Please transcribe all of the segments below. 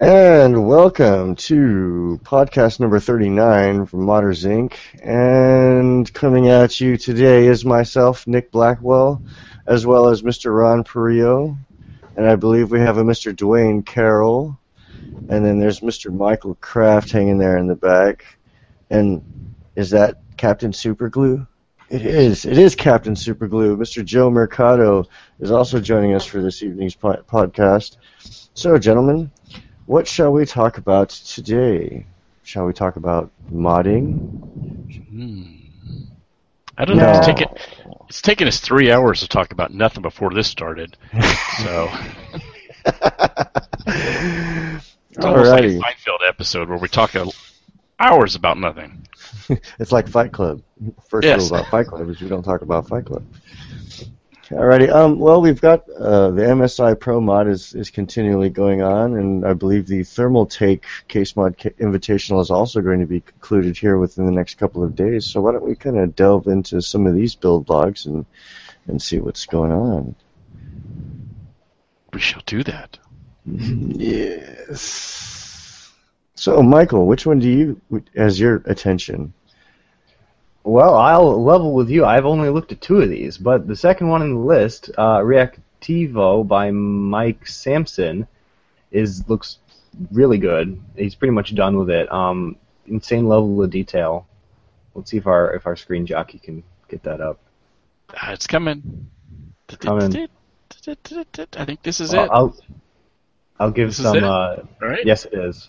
And welcome to podcast number 39 from Modders Inc. And coming at you today is myself, Nick Blackwell, as well as Mr. Ron Perillo. And I believe we have a Mr. Dwayne Carroll. And then there's Mr. Michael Kraft hanging there in the back. And is that Captain Superglue? It is. It is Captain Superglue. Mr. Joe Mercado is also joining us for this evening's po- podcast. So, gentlemen, what shall we talk about today? Shall we talk about modding? Hmm. I don't know. It's No. taken it's taken us three hours to talk about nothing before this started. So it's almost Alrighty. like a Seinfeld episode where we talk a, hours about nothing. It's like Fight Club. First Yes. rule about Fight Club is we don't talk about Fight Club. Alrighty. Um, well, we've got uh, the MSI Pro mod is, is continually going on, and I believe the Thermal Take Case Mod ca- Invitational is also going to be concluded here within the next couple of days. So why don't we kind of delve into some of these build logs and and see what's going on? We shall do that. Yes. So, Michael, which one do you as your attention? Well, I'll level with you. I've only looked at two of these, but the second one in the list, uh, Reactivo by Mike Sampson, is looks really good. He's pretty much done with it. Um, insane level of detail. Let's see if our if our screen jockey can get that up. Ah, it's coming. Coming. I think this is I'll, it. All Uh, I'll I'll give This is some. it? Uh, right. Yes, it is.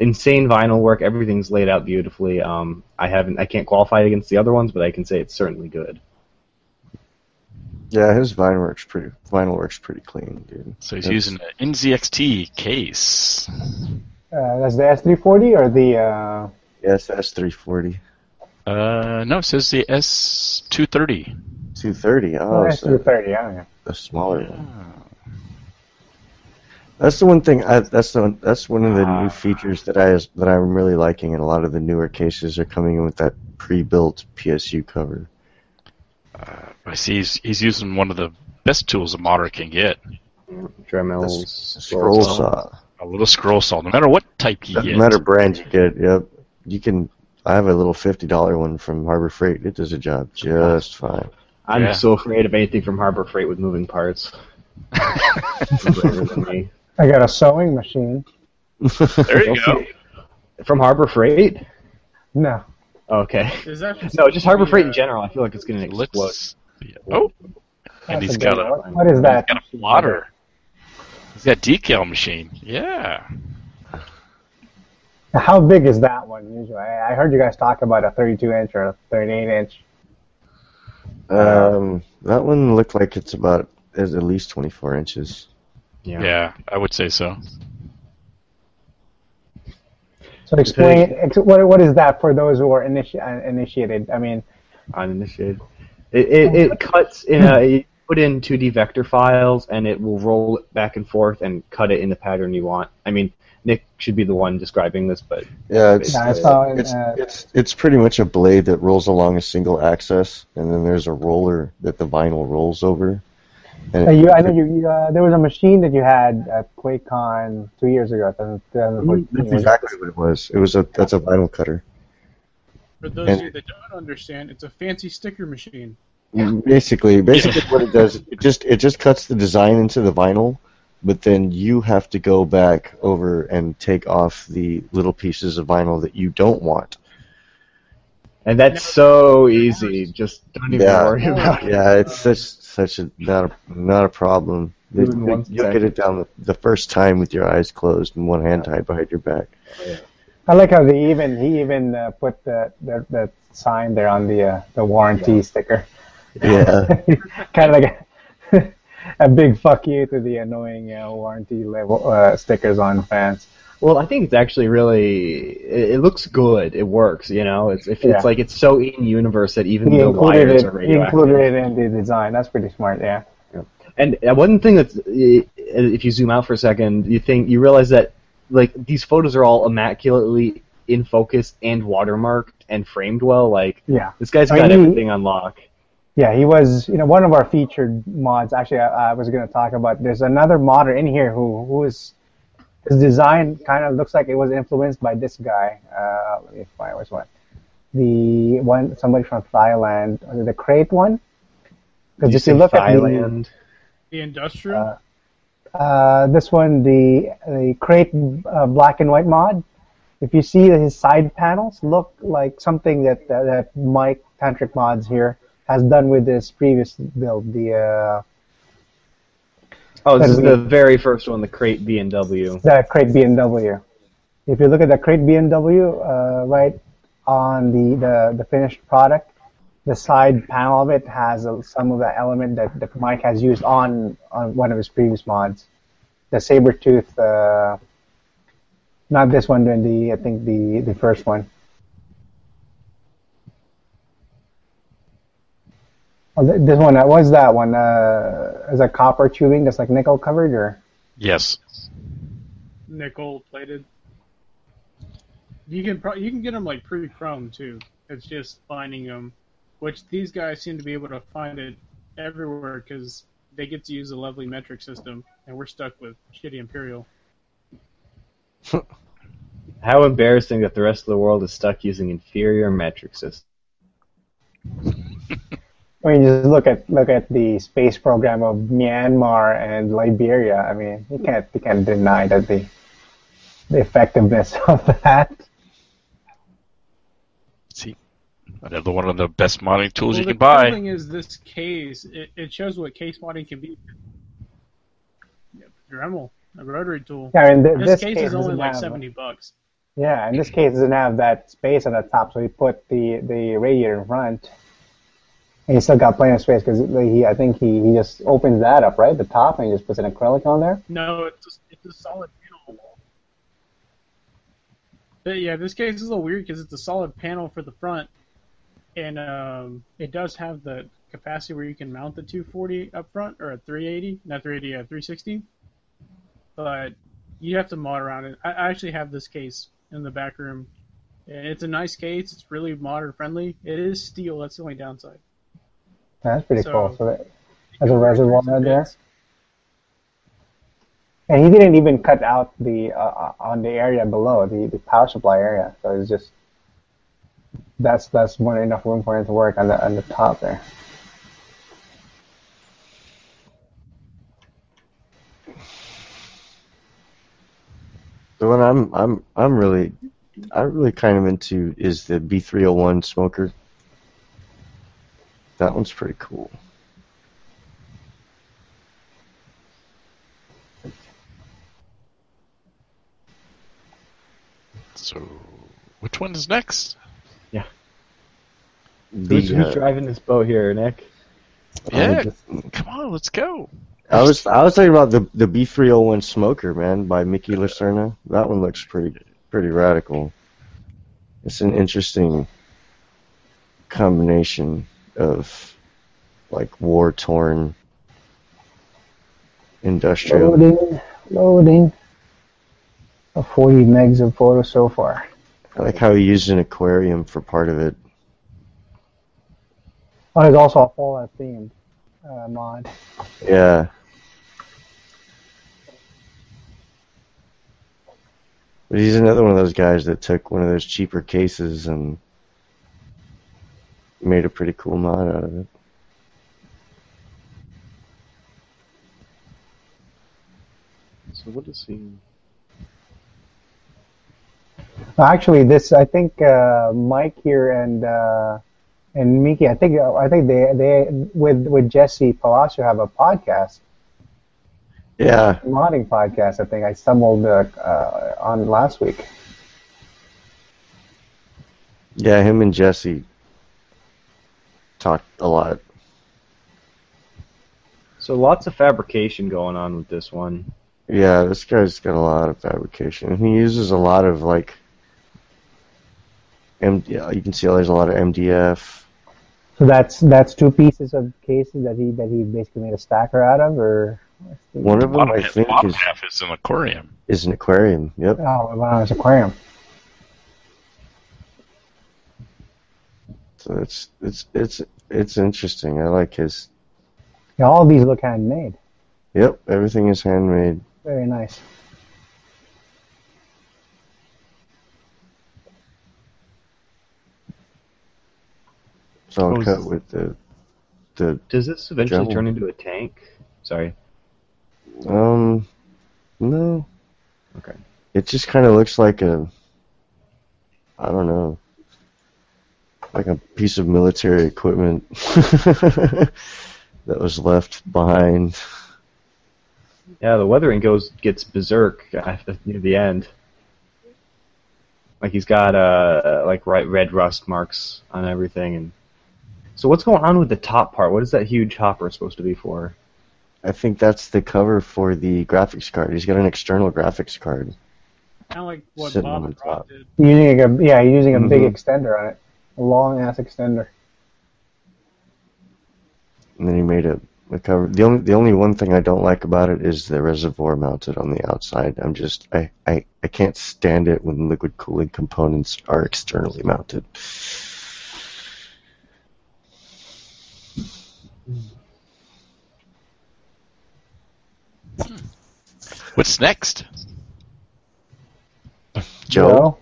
Insane vinyl work. Everything's laid out beautifully. Um, I haven't. I can't qualify against the other ones, but I can say it's certainly good. Yeah, his vine works pretty. Vinyl works pretty clean, dude. So he's It's- using an NZXT case. Uh, that's the S340 or the. Uh, Yes, that's 340, Uh, no, it says the S230. 230. oh, Oh, so S330, yeah, yeah. the smaller one. That's the one thing. I, that's the one, that's one of the new features that I that I'm really liking, and a lot of the newer cases are coming in with that pre-built PSU cover. I see he's, he's using one of the best tools a modder can get. Dremel's Scroll saw. A little scroll saw, no matter what type you Doesn't get. matter brand you get. Yep, you can. I have a little fifty dollar one from Harbor Freight. It does a job just fine. I'm Yeah. so afraid of anything from Harbor Freight with moving parts. Braver than me. I got a sewing machine. There you go. From Harbor Freight? No. Okay. Is that uh, No, just Harbor Freight in general. I feel like it's going to explode. Let's. Oh, and that's he's a got good a one. What is he's that? got a plotter. He's got a decal machine. Yeah. How big is that one usually? I, I heard you guys talk about a 32 inch or a 38 inch. Um, that one looked like it's about is at least twenty four inches. yeah, I would say so. So explain ex- what what is that for those who are initi- uh, initiated. I mean, uninitiated. It, it, it cuts in a you put in 2D vector files and it will roll it back and forth and cut it in the pattern you want. I mean, Nick should be the one describing this, but Yeah, it's Yeah, I saw it, it's, uh, it's it's pretty much a blade that rolls along a single axis, and then there's a roller that the vinyl rolls over. And uh, it- you, I know you, you uh, there was a machine that you had at QuakeCon two years ago. 2014. Mm-hmm. That's exactly what it was. It was a that's a vinyl cutter. for those And- of you that don't understand? It's a fancy sticker machine. Basically, basically what it does, it just it just cuts the design into the vinyl, but then you have to go back over and take off the little pieces of vinyl that you don't want. and that's so easy. Just don't even Yeah. worry about it. Yeah, it's such such a not a not a problem. They, Even they- one you'll sec. get it down the, the first time with your eyes closed and one hand tied behind your back. I like how they even he even uh, put the, the the sign there on the uh, the warranty sticker. Yeah, kind of like a, a big fuck you to the annoying uh, warranty level uh, stickers on fans. Well, I think it's actually really it, it looks good. It works, you know. It's if Yeah. it's like it's so in universe that even He the included, wires it, are he radioactive. included it in the design. That's pretty smart, yeah. And uh, one thing that's uh, if you zoom out for a second, you think you realize that like these photos are all immaculately in focus and watermarked and framed well. Like Yeah. this guy's Are got you- everything on lock. Yeah, he was, you know, one of our featured mods. Actually, I, I was going to talk about. There's another modder in here who who is His design kind of looks like it was influenced by this guy. Uh, let me find which one. The one somebody from Thailand, was it the crate one? Because if you look at Thailand. The industrial. Uh, the, uh, this one, the the crate uh, black and white mod. If you see that his side panels look like something that that, that Mike Tantric Mods here has done with his previous build, the uh, oh, this is the very first one, the crate B and W. the crate BMW. If you look at the crate BMW, uh, right on the, the, the finished product, the side panel of it has a, some of the element that, that Mike has used on, on one of his previous mods. The saber tooth, uh, not this one, but the I think the, the first one. Oh, th- this one, uh, what's that one? Uh, is that copper tubing that's like nickel covered or? Yes. nickel plated. You can pro- you can get them like pre chrome too. It's just finding them, which these guys seem to be able to find it everywhere because they get to use a lovely metric system, and we're stuck with shitty imperial. How embarrassing that the rest of the world is stuck using inferior metric systems. I mean, just look at look at the space program of Myanmar and Liberia. I mean, you can't you can't deny that the the effectiveness of that. See, another one of the best modding tools Well, you the can buy. cool thing is this case. It, it shows what case modding can be. Yep, Dremel, a rotary tool. Yeah, and th- This, this case, is doesn't only like have- seventy bucks. Yeah, and this case doesn't have that space at the top, so he put the the radiator in front, and he still got plenty of space because he I think he, he just opens that up right the top and he just puts an acrylic on there. No, it's just, it's a solid panel wall. But yeah, this case is a little weird because it's a solid panel for the front, and um, it does have the capacity where you can mount the 240 up front or a 380, not 380, uh, 360. But you have to mod around it. I, I actually have this case in the back room, and it's a nice case. It's really modern friendly. It is steel. That's the only downside. That's pretty So- cool. So that, As There's a reservoir there? and he didn't even cut out the uh, uh, on the area below the, the power supply area, so it's just that's that's more than enough room for him to work on the on the top there. The one I'm I'm I'm really I'm really kind of into is the B301 smoker. That one's pretty cool. So, which one is next? Who's, The, who's uh, driving this boat here, Nick? Yeah, come on, let's go. I was I was talking about the the B301 smoker man by Mickey Lacerna. That one looks pretty pretty radical. It's an interesting combination of like war torn industrial. Loading, loading. Oh, 40 megs of photo so far. I like how he used an aquarium for part of it. Oh, there's also a Fallout themed uh, mod. Yeah. But he's another one of those guys that took one of those cheaper cases and made a pretty cool mod out of it. So what is he? Actually, this I think uh, Mike here and uh, and Miki. I think uh, I think they they with with Jesse Palacio have a podcast, Yeah, modding podcast. I think I stumbled uh, uh, on last week. yeah, him and Jesse talked a lot. So lots of fabrication going on with this one. Yeah, this guy's got a lot of fabrication. And he uses a lot of like M- yeah, you can see there's a lot of MDF. So that's that's two pieces of cases that he that he basically made a stacker out of, or One of them Bottom, I half, think bottom is, half is an aquarium. is an aquarium. Yep. oh, when I was aquarium. So it's it's it's it's interesting. I like his. Yeah, all of these look handmade. Yep, everything is handmade. Very nice. Don't Oh, cut is- with the the Does this eventually General. turn into a tank? Sorry. um no. Okay. It just kind of looks like a I don't know. Like a piece of military equipment that was left behind. Yeah, the weathering goes gets berserk at the- near the end. Like he's got uh like right red rust marks on everything and so what's going on with the top part? What is that huge hopper supposed to be for? I think that's the cover for the graphics card. He's got an external graphics card. Kind of like what Sitting Bob on and the Rob top. did. Using a yeah, you're using a big Mhm. extender on it, a long ass extender. And then he made a, a cover. The only the only one thing I don't like about it is the reservoir mounted on the outside. I'm just I, I, I can't stand it when liquid cooling components are externally mounted. What's next? Joe, Joe?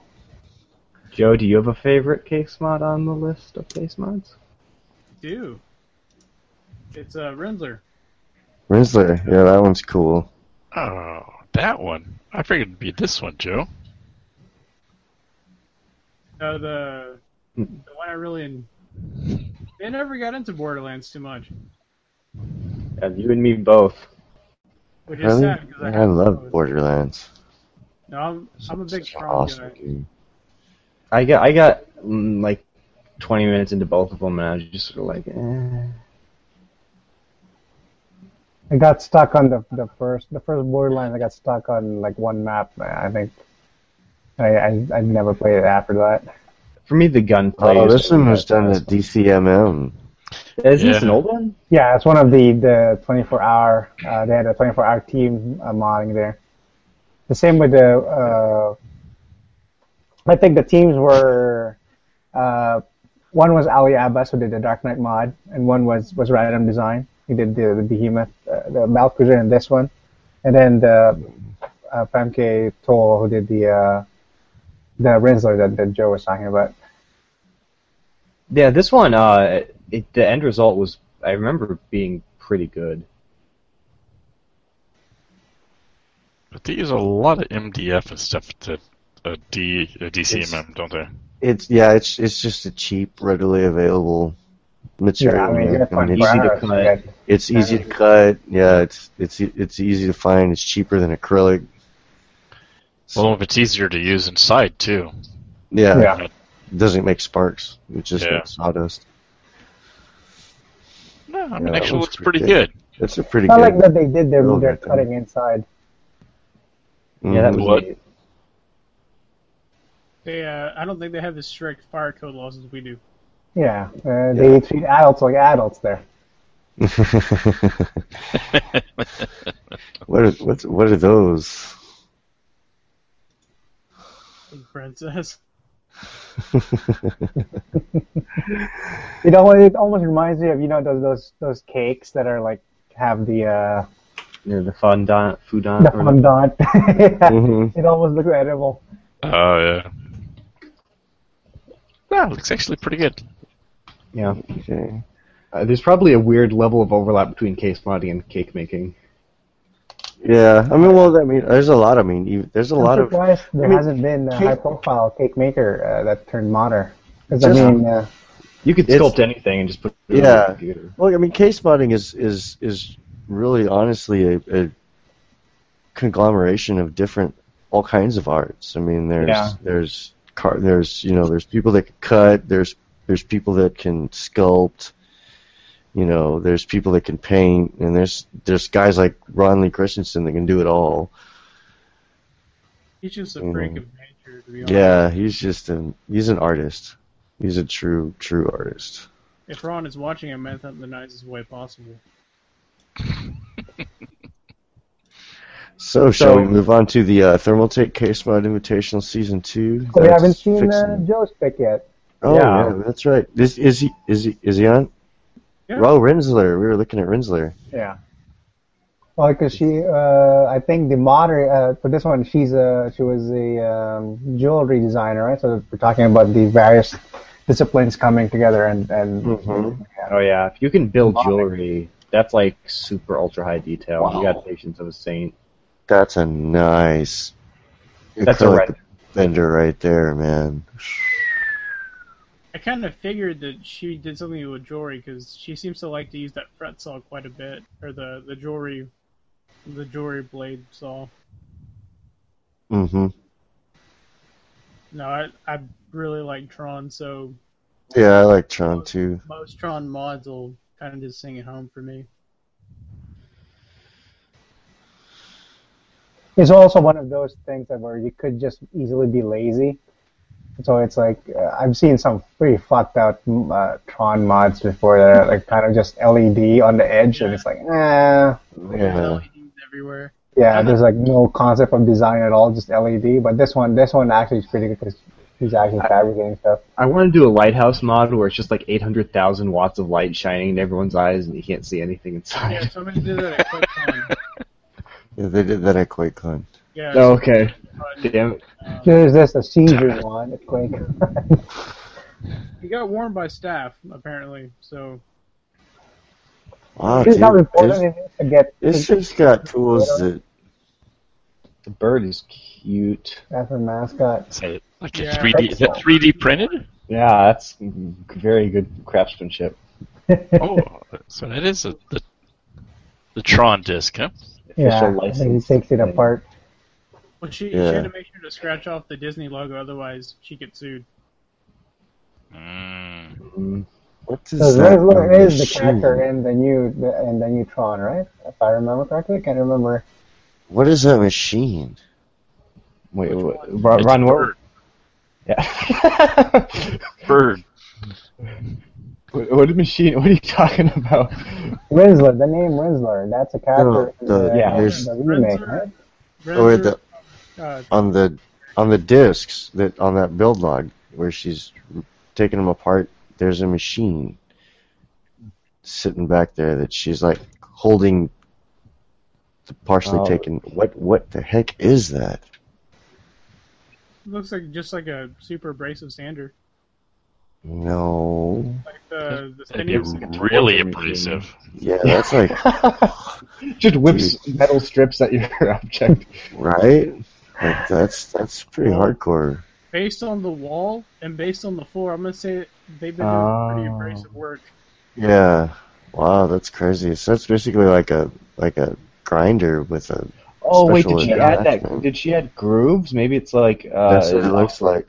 Joe, do you have a favorite case mod on the list of case mods? Do. It's uh, Rinsler. Rinsler, yeah, that one's cool. Oh, that one. I figured it'd be this one, Joe. Uh, the the one I really en- they never got into Borderlands too much, Yeah, you and me both. which is Really? sad because I, I have love those. Borderlands. No, I'm, I'm a It's big such an strong awesome guy. game. I got I got mm, like 20 minutes into both of them, and I was just sort of like, eh. I got stuck on the the first the first Borderlands. I got stuck on like one map. I think I I, I never played it after that. For me, the gunplay. Oh, is- this one was done at DCMM. Is this an Yeah. old one? Yeah, it's one of the the 24 hour. Uh, they had a 24 hour team uh, modding there. The same with the. Uh, I think the teams were. Uh, one was Ali Abbas who did the Dark Knight mod, and one was was Random Design. He did the, the Behemoth, uh, the Battle Cruiser, and this one, and then the uh, Famke Toll who did the uh, the Rinsler that, that Joe was talking about. Yeah, this one. Uh, it, the end result was I remember being pretty good. But they use a lot of MDF and stuff to uh, D, uh, DCMM, don't they? It's yeah, it's it's just a cheap, readily available material. Yeah, I mean, you got I mean, 24 it's- easy to hours, It's easy cut. you got- to cut. Yeah, it's it's e- it's easy to find. It's cheaper than acrylic. Well, if it's easier to use inside, too. Yeah, Yeah. it doesn't make sparks. It just Yeah. makes sawdust. No, I Yeah, mean, that actually, one's it's pretty pretty good. It's a pretty I good. like that they did their, Little their bit, cutting inside. Yeah, that Mhm. was What? neat. They uh, I don't think they have as strict fire code laws as we do. Yeah, uh, they treat adults like adults there. what are what's, what are those? Like Princess. It almost, it almost reminds me of you know those those those cakes that are like have the uh, Yeah, the fondant, fondant. the or- fondant. Mhm. It almost looks edible. Oh, yeah. No, it's actually pretty good. Yeah, Okay. uh, there's probably a weird level of overlap between case modding and cake making. Yeah, I mean, well, I mean, there's a lot. I mean, even, there's a I'm lot of surprised there I mean, hasn't been a cake- high profile cake maker uh, that turned modder. 'Cause, Just- I mean, uh, You could It's- sculpt anything and just put it on Yeah. the computer. Well, I mean, case modding is is is really honestly a, a conglomeration of different all kinds of arts. I mean, there's Yeah. there's car, there's you know there's people that can cut, there's there's people that can sculpt, you know, there's people that can paint, and there's there's guys like Ron Lee Christensen that can do it all. He's just a freak Mhm. of nature, to be honest. Yeah, he's just an he's an artist. He's a true true artist. If Ron is watching, I meant that in the nicest way possible. So, shall we move on to the uh, Thermaltake Case Mod Invitational Season Two? we That's haven't seen uh, fixing- Joe's pick yet. Oh yeah. Yeah. that's right. This is he is he is he on? Yeah. Oh, Rinsler. We were looking at Rinsler. Yeah. Well, because she, uh, I think the modder uh, for this one, uh, she's a she was a um, jewelry designer, right? So we're talking about the various disciplines coming together and and Mm-hmm. Mhm. Oh yeah, if you can build Bombing. jewelry, that's like super ultra high detail. You Wow. got patience of a saint. That's a nice That's a acrylic red. bender right there, man. I kind of figured that she did something with jewelry because she seems to like to use that fret saw quite a bit, or the the jewelry, the jewelry blade saw. Mm-hmm. No, I I really like Tron, so Yeah, I like Tron too. most Tron mods will kind of just sing it home for me. It's also one of those things that where you could just easily be lazy. So it's like uh, I've seen some pretty fucked out mm, uh, Tron mods before that are like kind of just LED on the edge, and it's like, eh, Yeah. LEDs E everywhere. yeah. There's like no concept of design at all, just LED. But this one, this one actually is pretty good because he's actually fabricating stuff. I want to do a lighthouse mod where it's just like 800,000 watts of light shining in everyone's eyes and you can't see anything Yeah, inside. somebody did that at QuakeCon. Yeah, they did that at QuakeCon. Yeah. Oh, okay. Tron. Damn it. There's this a seizure one at Quake. He got warned by staff apparently, so Wow, It's how Ah, dude. important This, it is to get. this shit's got tools that The bird is cute. That's a mascot. Is that like Yeah. a 3D? Is that 3D printed? Yeah, that's very good craftsmanship. Oh, so that is a, the the Tron disc, huh? Yeah, Official and he license. takes it thing. apart. well, she, she Yeah. had to make sure to scratch off the Disney logo, otherwise she gets sued. Mm. Mm. What So does that Red Lord on is the the eh? shoe? character in the new the, in the new Tron, right? If I remember correctly, I can't remember. What is that machine? Wait, Which wait, one? Ron, It's Ron a what? bird. Yeah. Bird. what, what machine? What are you talking about? Rinsler, the name Rinsler, that's a character in Oh, the- the, yeah. in the remake, Rinsler. right? Or Oh, the uh, on the on the discs that on that build log where she's taking them apart. There's a machine sitting back there that she's like holding the partially Oh. taken. What what the heck is that? looks like just like a super abrasive sander, No. like the the That'd spinning. be really machine. abrasive. Yeah, that's like Just whips metal strips at your object. right. Like that's that's pretty hardcore. based on the wall and based on the floor, I'm gonna say they've been doing pretty Oh. abrasive work. Yeah. Wow, that's crazy. So that's basically like a like a grinder with a Oh wait, Special did she add effect, man. that? Did she add grooves? Maybe it's like. Uh, that's what it looks like.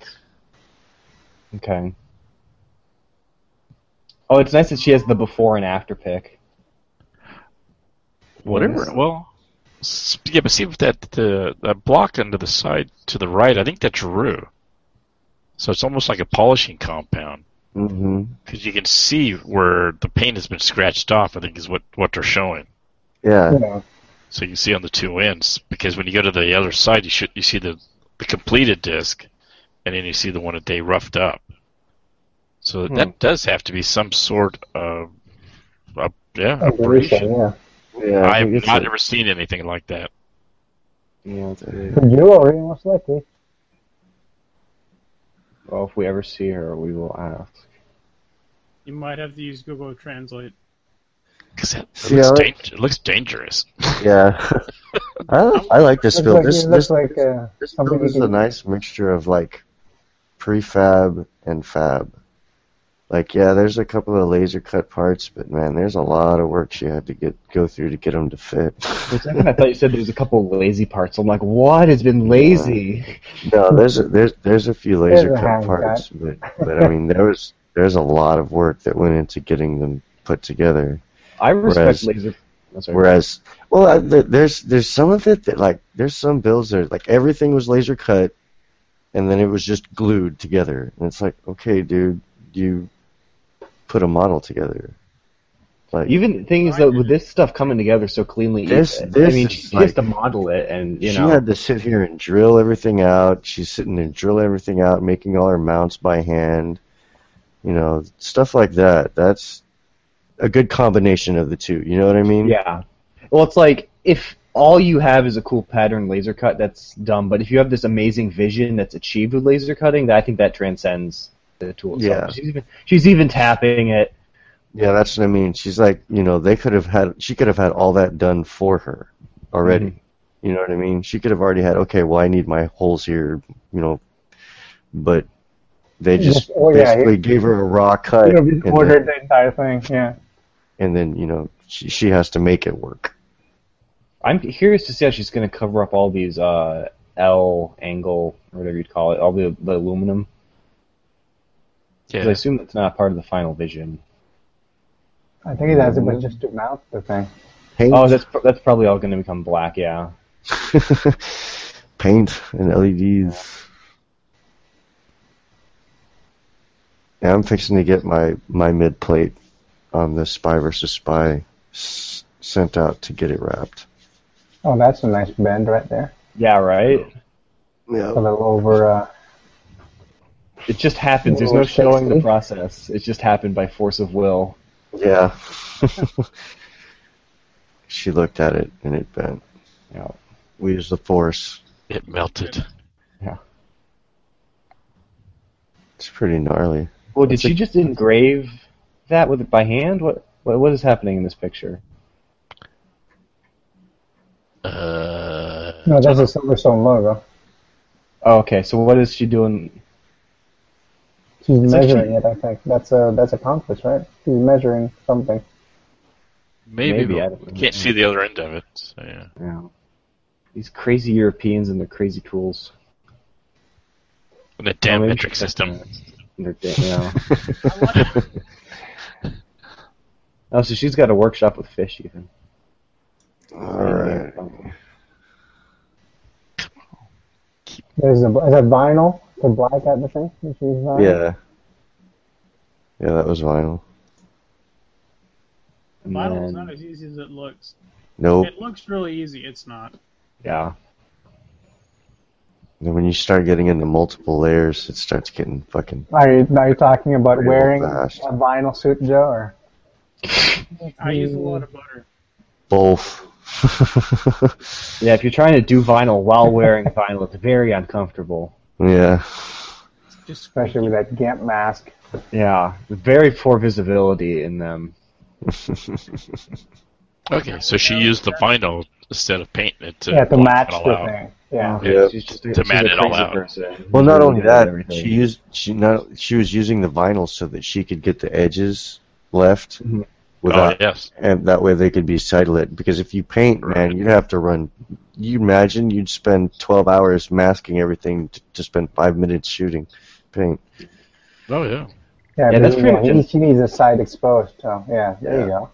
Okay. Oh, it's nice that she has the before and after pic. Whatever. Well, s- yeah, but see if that the that block under the side to the right. I think that's Rue. So it's almost like a polishing compound hmm because you can see where the paint has been scratched off. I think is what what they're showing. Yeah. Yeah. So you can see on the two ends because when you go to the other side, you should you see the, the completed disc, and then you see the one that they roughed up. So that does have to be some sort of, uh, yeah, Oh, operation. yeah. Yeah. I I've think it's not a- ever seen anything like that. Yeah, that's For jewelry, most likely. Well, if we ever see her, we will ask. You might have to use Google Translate. 'Cause it, it See, looks I like- dang- it looks dangerous. Yeah. I, I like this Looks build. like, This it looks this, like uh, this something build is you a can- nice mixture of like prefab and fab. Like yeah, there's a couple of laser cut parts, but man, there's a lot of work she had to get go through to get them to fit. For a second, I thought you said there's a couple lazy parts. I'm like, what? It's been lazy. No, there's a, there's there's a few There's laser a cut hand parts, but but I mean there was there's a lot of work that went into getting them put together. I respect Whereas- laser. I'm sorry. Whereas, well, I, th- there's there's some of it that like there's some builds that like everything was laser cut, and then it was just glued together, and it's like okay, dude, you put a model together. Like Even the thing is that with this stuff coming together so cleanly, This- I this mean, is she like- has to model it, and you she know, had to sit here and drill everything out. She's sitting there drilling everything out, making all her mounts by hand. You know, stuff like that. That's a good combination of the two. You know what I mean? yeah. Well, it's like if all you have is a cool pattern laser cut, that's dumb. But if you have this amazing vision that's achieved with laser cutting, that, I think that transcends the tool. itself. Yeah. She's even, she's even tapping it. Yeah, that's what I mean. She's like, you know, they could have had, she could have had all that done for her already. Mm-hmm. You know what I mean? She could have already had, okay, well, I need my holes here, you know, but they just Yes, oh, yeah, basically gave her a raw cut, You know, we and, ordered then, the entire thing. Yeah. and then you know she, she has to make it work. Oh, I'm curious to see how she's going to cover up all these uh, L angle or whatever you'd call it, all the, the aluminum. 'Cause I Yeah. assume that's not part of the final vision. I think it has it, but just to mount the thing. Paint, Oh, that's pr- that's probably all going to become black. Yeah. paint, and E LEDs. Yeah, I'm fixing to get my my mid plate on the Spy versus Spy s- sent out to get it wrapped. Oh, that's a nice bend right there. Yeah. Right. Yeah. A little over. Uh, It just happens. There's no showing the process. It just happened by force of will. Yeah. she looked at it and it bent. Yeah. We use the force. It melted. It's pretty gnarly. Well, did It's a- she just engrave that with by hand? What, what what is happening in this picture? Uh, no, that's a Silverstone logo. Oh, okay. So what is she doing? She's It's actually- measuring it. I think that's a that's a compass, right? She's measuring something. maybe. Maybe, I but don't we know. can't see the other end of it. So, yeah. Yeah. These crazy Europeans and their crazy tools. And the damn maybe metric she- system. And their, da- yeah. I wonder, oh, so she's got a workshop with fish even. All right. Oh, There's a is that vinyl the black at the thing. that she's on? Yeah. Yeah, that was vinyl. And vinyl's then- not as easy as it looks. Nope. It looks really easy. It's not. yeah. And when you start getting into multiple layers, it starts getting fucking. Are you now you're talking about Real wearing fast. a vinyl suit, Joe? Or I use a lot of butter. Both. Yeah, if you're trying to do vinyl while wearing vinyl, it's very uncomfortable. yeah. Just squish especially with that Gamp mask. Yeah. Very poor visibility in them. Okay, so she used the vinyl instead of painting it to, yeah, to block match it the all out. thing. Yeah. Yeah. She's just a, To she's mat a it all crazy out. person. Well, not Really only good at that, everything. she used she not she was using the vinyl so that she could get the edges left Mhm. without Oh, yes. and that way they could be side lit. Because if you paint, man, you'd have to run. You imagine you'd spend twelve hours masking everything to, to spend five minutes shooting paint. Oh, yeah. Yeah, Yeah, but that's you pretty know, much he, it. she needs a side exposed. So yeah, there you go.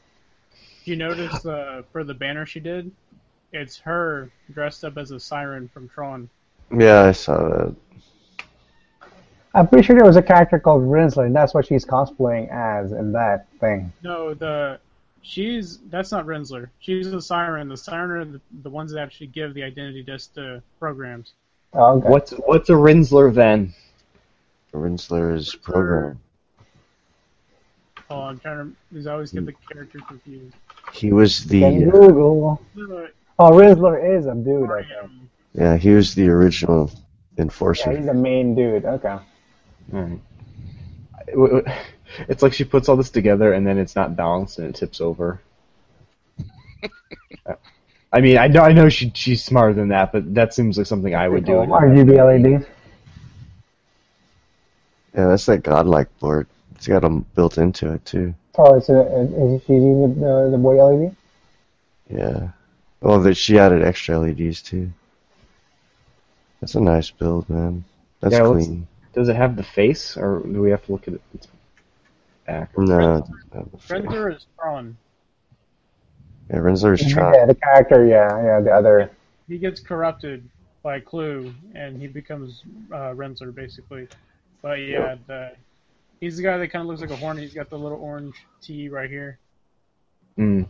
Do you notice uh, for the banner she did? It's her dressed up as a siren from Tron. Yeah, I saw that. I'm pretty sure there was a character called Rinsler, and that's what she's cosplaying as in that thing. No, the she's that's not Rensler. She's a siren. The siren are the, the ones that actually give the identity disk to programs. Oh, okay. What's what's a Rinsler then? Rinsler's program. Oh, I'm trying to because I always get the character confused. He was Can the Google. The Oh, Rinsler is a dude. I think. program, yeah he was the original Yeah, he's enforcer. the main dude. Okay. Alright. I- w- w- It's like she puts all this together and then it's not balanced and it tips over. I mean, I know, I know she she's smarter than that, but that seems like something I would do. RGB LED. Yeah, that's that godlike board. It's got them built into it too. Oh, it's a, is she using the, the boy E LED? Yeah. Oh, that she added extra LEDs too. That's a nice build, man. That's Yeah, let's- clean. Does it have the face, or do we have to look at it? It's back. No. it doesn't have a face. Rensler is Tron. Yeah, Rinsler's trying. Yeah, the character. Yeah, yeah, the other. He gets corrupted by Clue, and he becomes uh, Rensler basically. But yeah, the, he's the guy that kind of looks like a hornet. He's got the little orange T right here. Mm.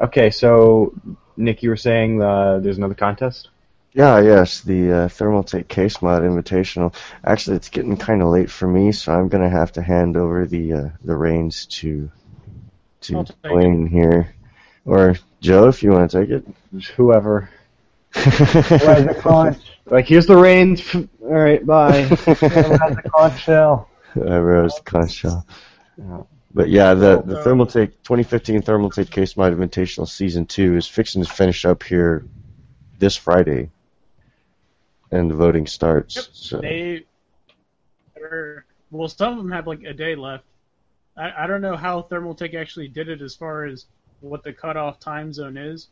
Okay, so Nick, you were saying uh, there's another contest. Yeah, yes, the uh, Thermaltake Case Mod Invitational. Actually, it's getting kind of late for me, so I'm gonna have to hand over the uh, the reins to to I'll take it. Blaine here, or Joe, if you want to take Whoever. Where's the it. conch? Like, here's the reins. All right, bye. It has a conch shell. I roast conch shell. But yeah, the, the um, Thermaltake 2015 Thermaltake Case Mod Invitational Season 2 is fixing to finish up here this Friday. And the voting starts. Yep, So They, or, well, some of them have like a day left. I, I don't know how Thermal Tech actually did it as far as what the cutoff time zone is.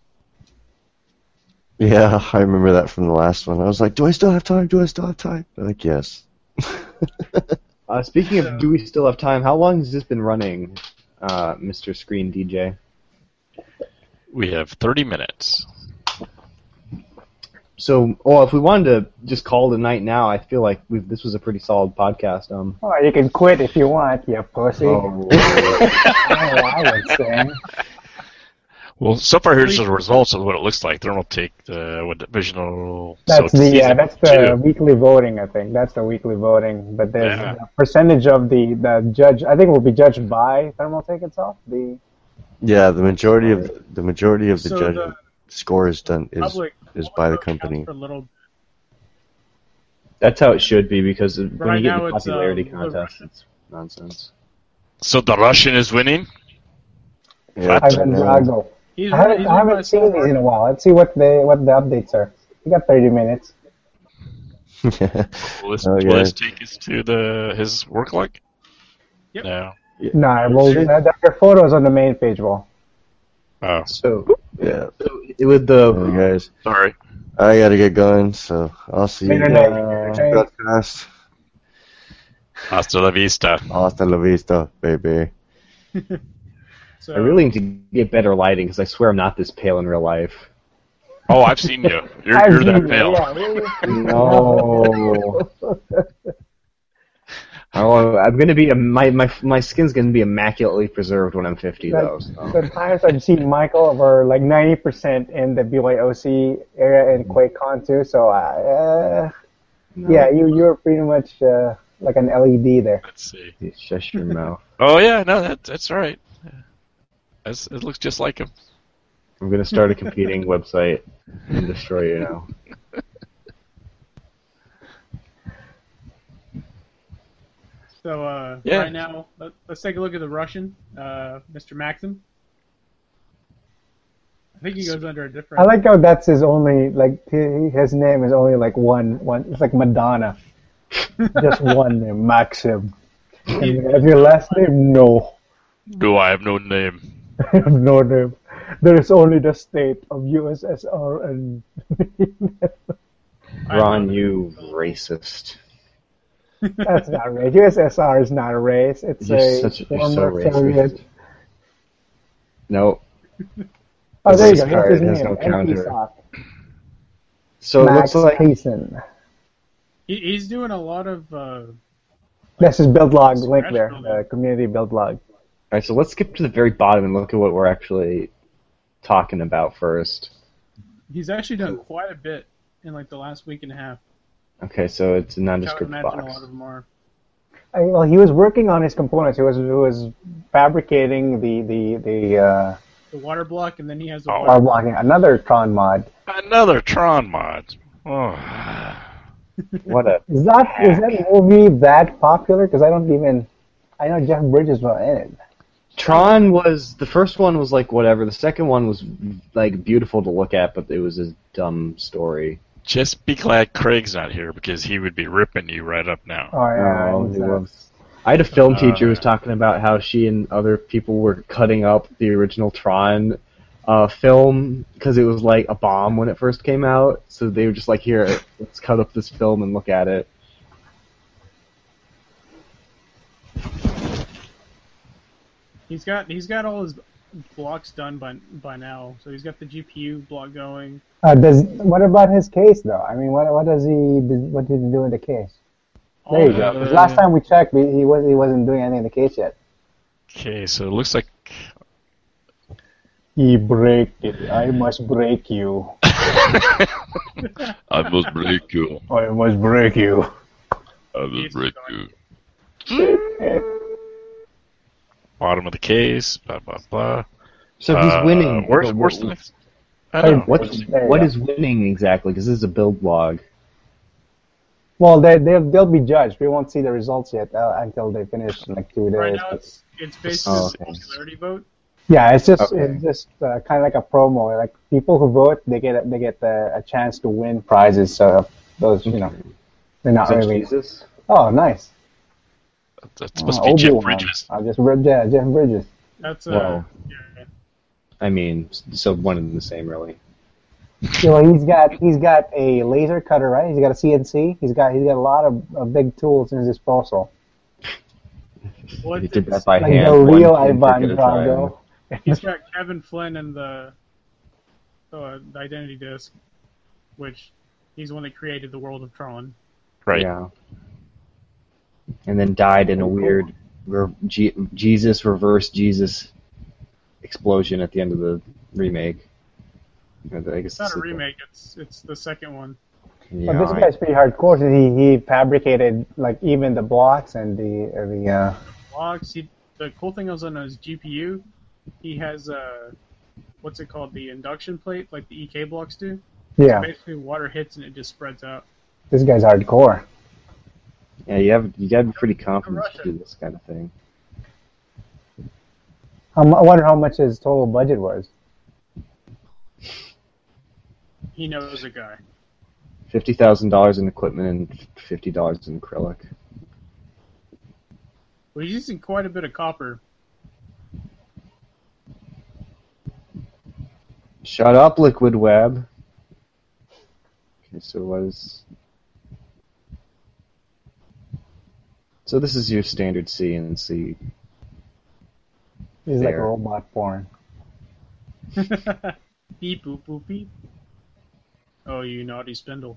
Yeah, I remember that from the last one. I was like, do I still have time? Do I still have time? They're like, yes. Uh, speaking So- of, do we still have time? How long has this been running, uh, Mr. Screen DJ? We have 30 minutes. So, well, if we wanted to just call it a night now, I feel like we've, this was a pretty solid podcast. Um, All right, Oh, you can quit if you want, you pussy. Oh, I would say. Well, so far here's the results of what it looks like. Thermal take the what divisional. That's so the yeah, season that's the two. weekly voting. I think that's the weekly voting. But there's Yeah. a percentage of the the judge. I think will be judged by Thermaltake itself. The Yeah, the majority of the majority of the So judge the score is done is Public is by the vote counts company. For a little, that's how it should be because when right you get in now the it's um, popularity the contest, Russians. it's nonsense. So the Russian is winning. Yeah, I Ivan Drago. He's, I haven't, he's I one of my haven't seen these in a while. Let's see what the what the updates are. We got 30 minutes. Will this, Oh, will yeah. this take us to the his work log? Yep. No. No, well, Sure. there there are photos on the main page, well. Oh, So, yeah. so it- with the So, guys, sorry. I gotta get going, so I'll see you Internet. guys. internet. Podcast. Hasta la vista. Hasta la vista, baby. So, I really need to get better lighting because I swear I'm not this pale in real life. Oh, I've seen you. You're, I've you're that seen- pale. yeah, really? No. oh, I'm gonna be my my my skin's gonna be immaculately preserved when I'm 50 though. so. the times I've seen Michael were like 90% in the BYOC area and QuakeCon too. So uh, uh, yeah, you you're pretty much uh, like an LED there. Let's see. Shut your mouth. Oh yeah, no, that, that's all right. That's, it looks just like him. I'm gonna start a competing website and destroy you now. so uh, Yeah. right now, let, let's take a look at the Russian, uh, Mr. Maxim. I think he goes under a different. I like how that's his only like he- his name is only like one one. It's like Madonna, just one name, Maxim. And if your last name, no, No, I have no name. no name. There is only the state of USSR and I Ron, love it. you racist. That's not race. USSR is not a race. It's You're a such a- you're so former racist. Soviet. No. Oh, there you go. USSR has That's his name. no MP counter. Sock. So it Max looks like Thiessen. He, he's doing a lot of. Uh, That's his build log link Scratch there. building. The community build log. All right, so let's skip to the very bottom and look at what we're actually talking about first. he's actually done quite a bit in like the last week and a half. Okay, so it's a Which I would nondescript imagine a box. lot of them are. I, well, he was working on his components. He was he was fabricating the the the uh, The water block, and then he has the Oh. water bar blocking another Tron mod. Another Tron mod. Oh. What a Is that is that movie that popular? Because I don't even I know Jeff Bridges was in it. Tron was the first one was like whatever. The second one was like beautiful to look at, but it was a dumb story. Just be glad Craig's not here because he would be ripping you right up now. Oh yeah, Oh, he's, he uh, was- I had a film teacher who was talking about how she and other people were cutting up the original Tron uh, film because it was like a bomb when it first came out. So they were just like, "Here, let's cut up this film and look at it." He's got he's got all his blocks done by by now. So he's got the GPU block going. Uh, does what about his case though? I mean, what what does he did, what did he do in the case? There you go. 'Cause Uh, last time we checked, we, he was he wasn't doing anything in the case yet. Okay, so it looks like He break it. I must break you. I must break you. I must break you. I must break you. Bottom of the case. Blah blah blah. So he's Uh, winning. Where's But where's what- the next? I don't know. What's, There you what go. is winning exactly? Because this is a build log. Well, they they'll, they'll be judged. We won't see the results yet uh, until they finish in like two days. Right now, it's it's basically Oh, a okay. popularity vote. yeah, it's just Okay. it's just uh, kind of like a promo. Like people who vote, they get a, they get the, a chance to win prizes. So those you know, they're not Is that really. Jesus? Oh, nice. That's supposed Uh, to be Jeff Obi-Wan. Bridges. I just read yeah, Jeff Bridges. That's uh, Wow. yeah. I mean, s- so one and the same, really. You know, he's got he's got a laser cutter, right? He's got a CNC. He's got he's got a lot of uh, big tools in his disposal. Well, He it's, did that it's, by Like hand. the one real pinprick at Ivan a time. Drago. he's got Kevin Flynn and the uh, the identity disc, which he's the one that created the world of Tron. Right. Yeah. And then died in a weird re- G- Jesus reverse Jesus explosion at the end of the remake. I guess It's the not a sequel. remake. It's it's the second one. Yeah, But this I- guy's pretty hardcore. He he fabricated like even the blocks and the uh, the uh, logs. He, the cool thing is on his GPU, he has uh, what's it called? The induction plate, like the EK blocks do. yeah. Basically, water hits and it just spreads out. This guy's hardcore. yeah, you have you gotta be pretty confident to Russian. do this kind of thing. Um, I wonder how much his total budget was. He knows a guy. Fifty thousand dollars in equipment and fifty dollars in acrylic. Well, he's using quite a bit of copper. Shut up, Liquid Web. Okay, so what is? So this is your standard C and C He's like Fair. a robot porn. beep boop boop beep. Oh, you naughty spindle!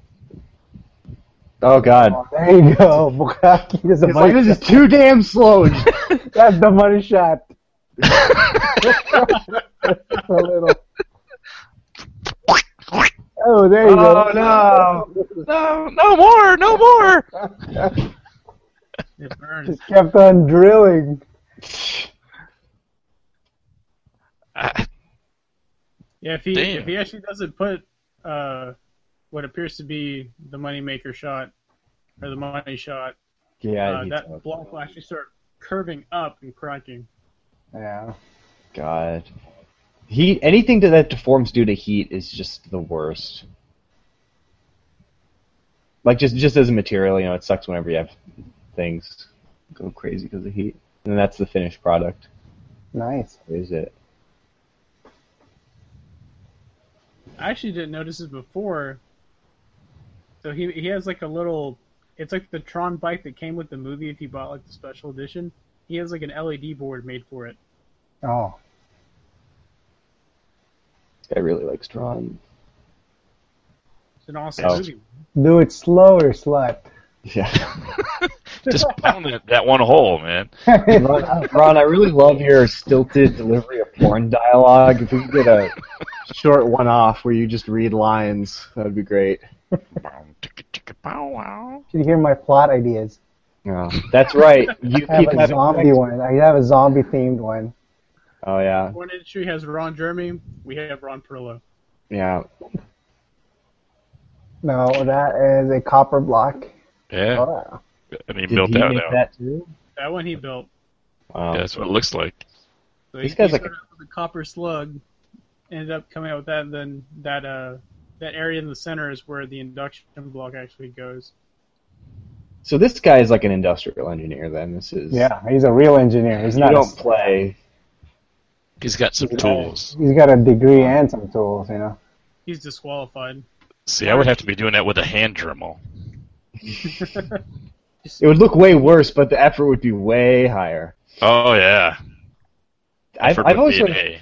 Oh God! Oh, there you go, Bukaki. This is a money shot. too damn slow. That's the money shot. a little. Oh, there you go. no! No, no more, no more. It burns. Just kept on drilling. I, Yeah, if he Damn. if he actually doesn't put uh, what appears to be the moneymaker shot or the money shot, Yeah, uh, he that talked. block will actually start curving up and cracking. Yeah. God. Heat. Anything that that deforms due to heat is just the worst. Like just just as a material, you know, it sucks whenever you have things go crazy because of heat, and that's the finished product. Nice. Is it? I actually didn't notice this before. So he he has like a little. It's like the Tron bike that came with the movie. If you bought like the special edition, he has like an LED board made for it. Oh. This guy really likes Tron. It's an awesome Oh. movie. Do it slower, slut. Yeah. just pound that, that one hole, man. Ron, Ron, I really love your stilted delivery of porn dialogue. If we could get a short one off where you just read lines, that would be great. Should hear my plot ideas. Yeah. That's right. You I have keep a zombie one. I have a zombie themed one. Oh yeah. Porn industry has Ron Jeremy. We have Ron Perillo. Yeah. No, that is a copper block. Yeah, Oh. and he Uh, Did built he that make out. that too? That one he built. Wow. Yeah, that's what it looks like. So This he, guy's he like started out with a copper slug, ended up coming out with that, and then that uh that area in the center is where the induction block actually goes. So this guy is like an industrial engineer. Then this is. Yeah, he's a real engineer. He's You not. a don't s- play. He's got some tools. He's got a degree and some tools, you know. He's disqualified. See, I would have to be doing that with a hand Dremel. It would look way worse, but the effort would be way higher. Oh yeah, I've, For I've always being sort of a-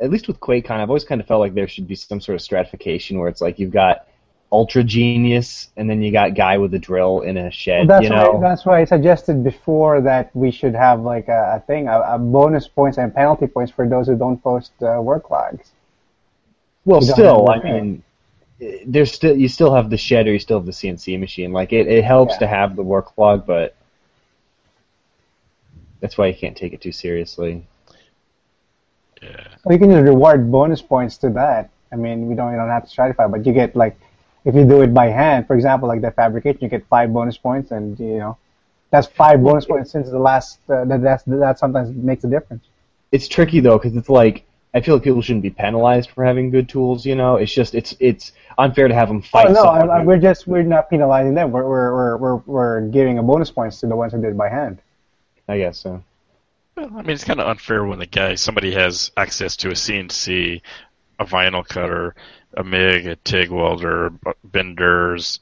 at least with QuakeCon, I've always kind of felt like there should be some sort of stratification where it's like you've got ultra genius, and then you got guy with a drill in a shed. that's you why. know, That's why I suggested before that we should have like a, a thing, a, a bonus points and penalty points for those who don't post uh, work logs. well, you don't still, I have that. mean, eh, there's still you still have the shed or you still have the CNC machine. Like it, it helps Yeah. to have the work log, but that's why you can't take it too seriously. yeah. Well, you can just reward bonus points to that. I mean, we don't you don't have to stratify, but you get like If you do it by hand, for example, like the fabrication, you get five bonus points, and you know, that's five bonus points since the last. Uh, that that's, that sometimes makes a difference. It's tricky though because it's like I feel like people shouldn't be penalized for having good tools. You know, it's just it's it's unfair to have them fight. Oh, no, someone I, I, who- we're just we're not penalizing them. We're we're, we're we're we're giving a bonus points to the ones who did it by hand. I guess so. Well, I mean, it's kind of unfair when the guy, somebody has access to a CNC, a vinyl cutter, a MIG, a TIG welder, b- benders,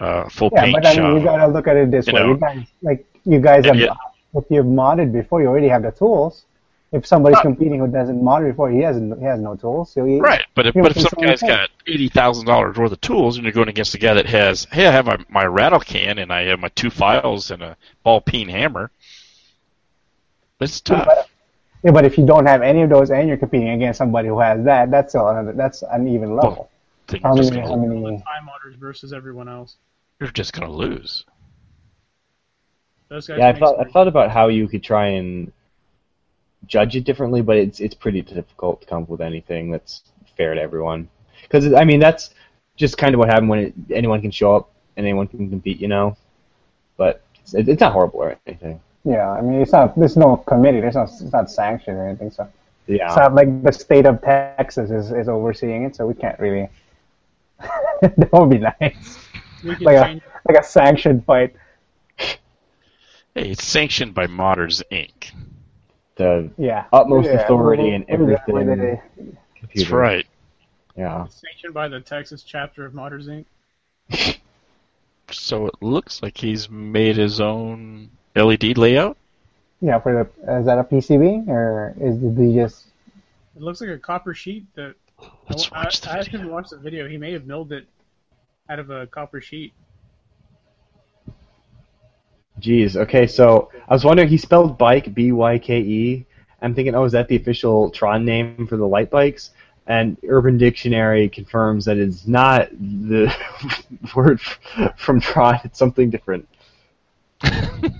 uh, full Yeah, paint but I mean, job. you gotta look at it this uh, You way. know. you guys, like you guys Yeah, have, yeah. if you've modded before, you already have the tools. If somebody's competing who doesn't mod before, he has he has no tools. So he, Right, but if, Yeah, but if that's some what I'm guy's saying. got eighty thousand dollars worth of tools, and you're going against a guy that has, hey, I have my, my rattle can, and I have my two files and a ball peen hammer. It's tough. Yeah, but if you don't have any of those and you're competing against somebody who has that, that's still another. That's an even level. I think How you're just many? gonna- How many? Time Otters versus everyone else. you're just going to lose. Those guys. Yeah, I make thought I some- thought about how you could try and judge it differently, but it's it's pretty difficult to come up with anything that's fair to everyone. Because I mean, that's just kind of what happened when it, anyone can show up and anyone can compete, you know. But it's, it's not horrible or anything. Yeah, I mean, it's not. There's no committee. There's not. It's not sanctioned or anything. So Yeah. it's not like the state of Texas is, is overseeing it. So we can't really. that would be nice. We can Like a change- like a sanctioned fight. Hey, it's sanctioned by Modders Inc. the Yeah. Utmost Yeah, authority we're- in we're- we're- everything. we're- That's computer. right. Yeah. sanctioned by the Texas chapter of Modders Inc. So it looks like he's made his own LED layout. Yeah, for the is that a PCB or is did they just? It looks like a copper sheet that Let's I, watch the I video. haven't watched the video. He may have milled it out of a copper sheet. Jeez. Okay. So I was wondering. He spelled bike B Y K E. I'm thinking, oh, is that the official Tron name for the light bikes? And Urban Dictionary confirms that it's not the word f- from Tron. It's something different. um,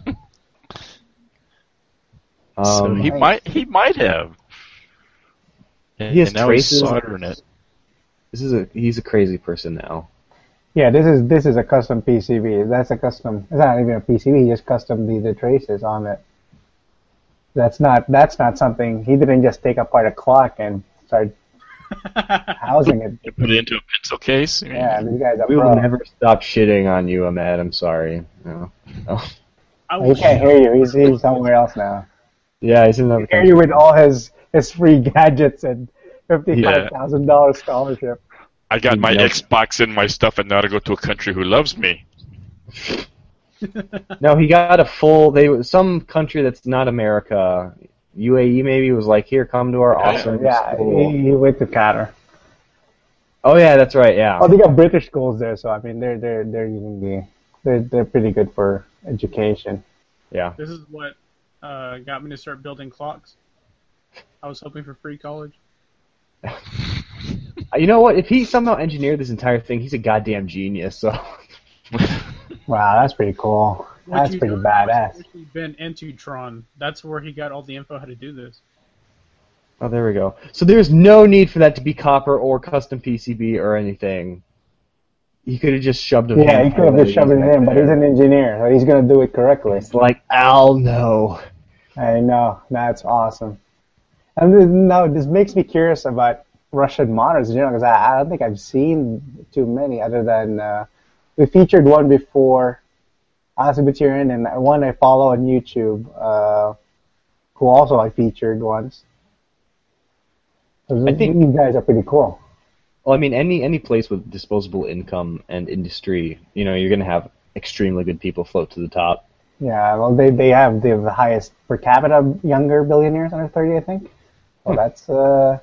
so he nice. might he might have. And, He has and now he's traces. soldering it. this is a he's a crazy person now. Yeah, this is this is a custom PCB. That's a custom. It's not even a PCB. He just custom the, the traces on it. That's not that's not something he didn't just take apart a clock and start housing it. You put it into a pencil case. Yeah, these guys are We pro. will never stop shitting on you, Ahmed. I'm sorry. No. I He will can't hear you. He's, he's somewhere else now. Yeah, he's in another. Hear you with all his his free gadgets and fifty five thousand dollars scholarship. I got my Yep. Xbox and my stuff, and now to go to a country who loves me. No, he got a full. They some country that's not America, UAE maybe was like, here, come to our awesome Yeah, school. he, he went to Qatar. Oh yeah, that's right. Yeah, Oh, they got British schools there, so I mean they're they're they're using the they're they're pretty good for education. yeah. This is what uh, got me to start building clocks. I was hoping for free college. You know what? If he somehow engineered this entire thing, he's a goddamn genius. So Wow, that's pretty cool. What that's you pretty don't know is badass. he's actually been into Tron. That's where he got all the info how to do this. oh, there we go. So there's no need for that to be copper or custom PCB or anything. He could have just shoved it. Yeah, he could have just shoved it in, but he's an engineer, so he's gonna do it correctly. It's like, Al, no. I know. That's awesome. And this, no, this makes me curious about Russian models in general because I, I don't think I've seen too many other than uh, we featured one before, Asa Baturin, and one I follow on YouTube, uh, who also I featured once. I think- think these guys are pretty cool. Well, I mean, any any place with disposable income and industry, you know, you're gonna have extremely good people float to the top. Yeah, well, they they have they have the highest per capita younger billionaires under thirty, I think. Hmm. Well, that's uh,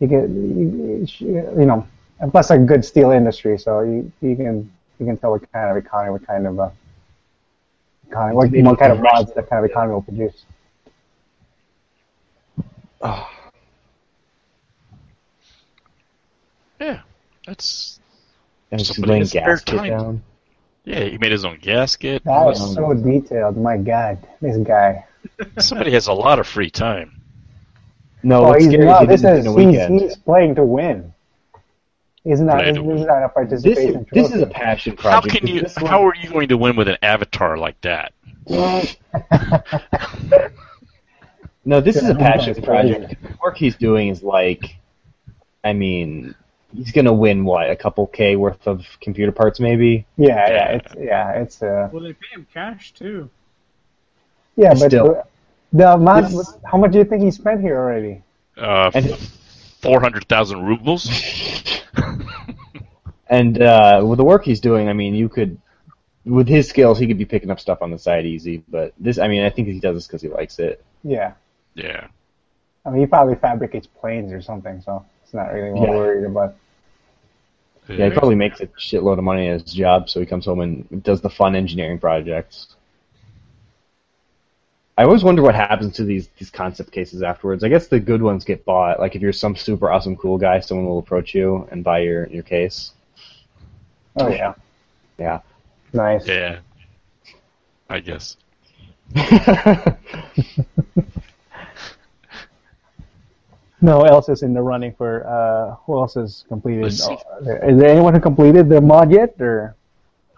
you get you, you know, and plus a good steel industry, so you you can you can tell what kind of economy, what kind of uh, economy, what, what kind of rods that kind of economy will produce. Yeah, that's And just Somebody laying has spare gasket time. down. yeah. He made his own gasket. That is so detailed. My God, this guy. Somebody has a lot of free time. No, Oh, what's he's scary is not. he This did this is in a he's, weekend. he's playing to win. Isn't that, Right. isn't that a This is, participation this trophy? is a passion How project. can 'cause you? This How one- are you going to win with an avatar like that? no, this is a Yeah, passion it's project. The work he's doing is like, I mean, he's gonna win what a couple k worth of computer parts, maybe. yeah, yeah, it's yeah, it's uh, Well, they pay him cash too. yeah, but Still. the amount. This- How much do you think he spent here already? Uh, And- four hundred thousand rubles. And uh, with the work he's doing, I mean, you could, with his skills, he could be picking up stuff on the side easy. But this, I mean, I think he does this because he likes it. Yeah, Yeah. I mean, he probably fabricates planes or something, so it's not really what Yeah. we're worried about. Yeah, he probably makes a shitload of money at his job, so he comes home and does the fun engineering projects. I always wonder what happens to these these concept cases afterwards. I guess the good ones get bought. Like if you're some super awesome cool guy, someone will approach you and buy your your case. Oh yeah, Yeah. nice. Yeah. I guess. No else is in the running for. Uh, who else has completed? Let's see. oh, is there anyone who completed the mod yet, or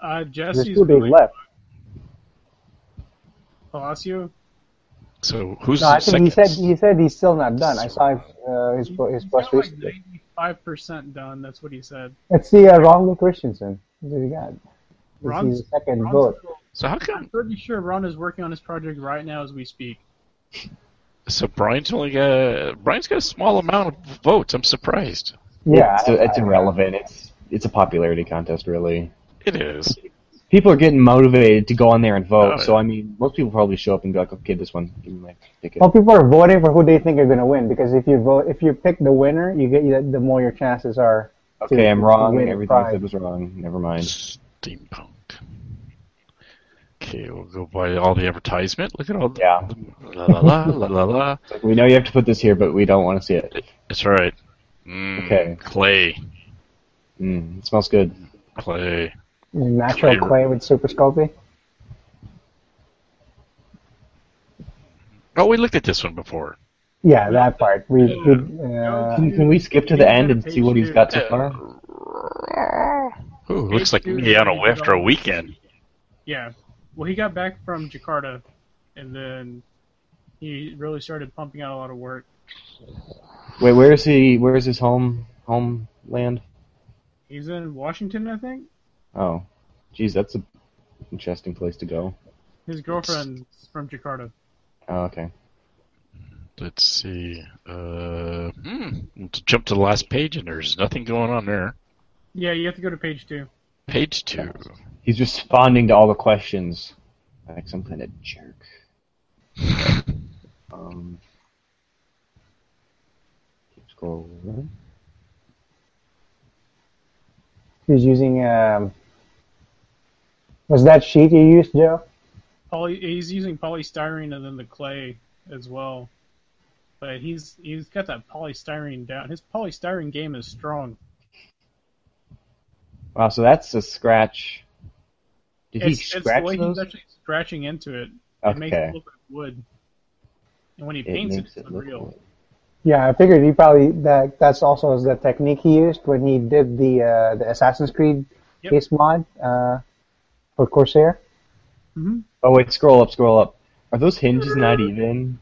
Uh, there's Jesse's two days really- left? Palacio. So who's No, the I think he said second? he said he's still not done. I saw his uh, his po- his He's post got like recently. ninety-five percent done. That's what he said. Let's see, uh, Ronald Christensen. What do we got? Ron's- He's the second Ron's vote. still- so how I'm come? pretty sure Ron is working on his project right now as we speak. So Brian's only got Brian's got a small amount of votes. I'm surprised. Yeah, So it's I- irrelevant. It's it's a popularity contest, really. It is. People are getting motivated to go on there and vote. Oh, so yeah. I mean, most people probably show up and be like, "Okay, this one, give me my ticket." Well, people are voting for who they think are going to win because if you vote, if you pick the winner, you get you- the more your chances are. Okay, I'm to wrong. win the Everything I prize. said was wrong. Never mind. Steampunk. Okay, we'll go by all the advertisement. Look at all the Yeah. la la la la la la. Like, we know you have to put this here, but we don't want to see it. That's right. Mm, Okay. Clay. Mm, it smells good. Clay. Natural Clear. clay with super sculpting. Oh, we looked at this one before. Yeah, that part. We, we uh, Can, can we skip to the end and see what he's got so far? Ooh, looks like me on a way after a weekend. Yeah. Well, he got back from Jakarta, and then he really started pumping out a lot of work. Wait, where is he? Where is his home homeland? He's in Washington, I think. Oh, geez, that's a interesting place to go. His girlfriend's from Jakarta. Oh, okay. Let's see. Uh, hmm, let's jump to the last page, and there's nothing going on there. Yeah, you have to go to page two. Page two. He's responding to all the questions like some kind of jerk. um, keep scrolling. he's using. Um, was that sheet you used, Joe? Poly, he's using polystyrene and then the clay as well. But he's he's got that polystyrene down. His polystyrene game is strong. Wow, so that's a scratch. Did he It's, it's the scratch way those? he's actually scratching into it. It makes it Okay. look like wood. And when he It paints it, makes it's it look unreal. like- Yeah, I figured he probably that that's also the technique he used when he did the uh, the Assassin's Creed Yep. case mod uh, for Corsair. hmm Oh wait, scroll up, scroll up. Are those hinges not Mm-hmm. even?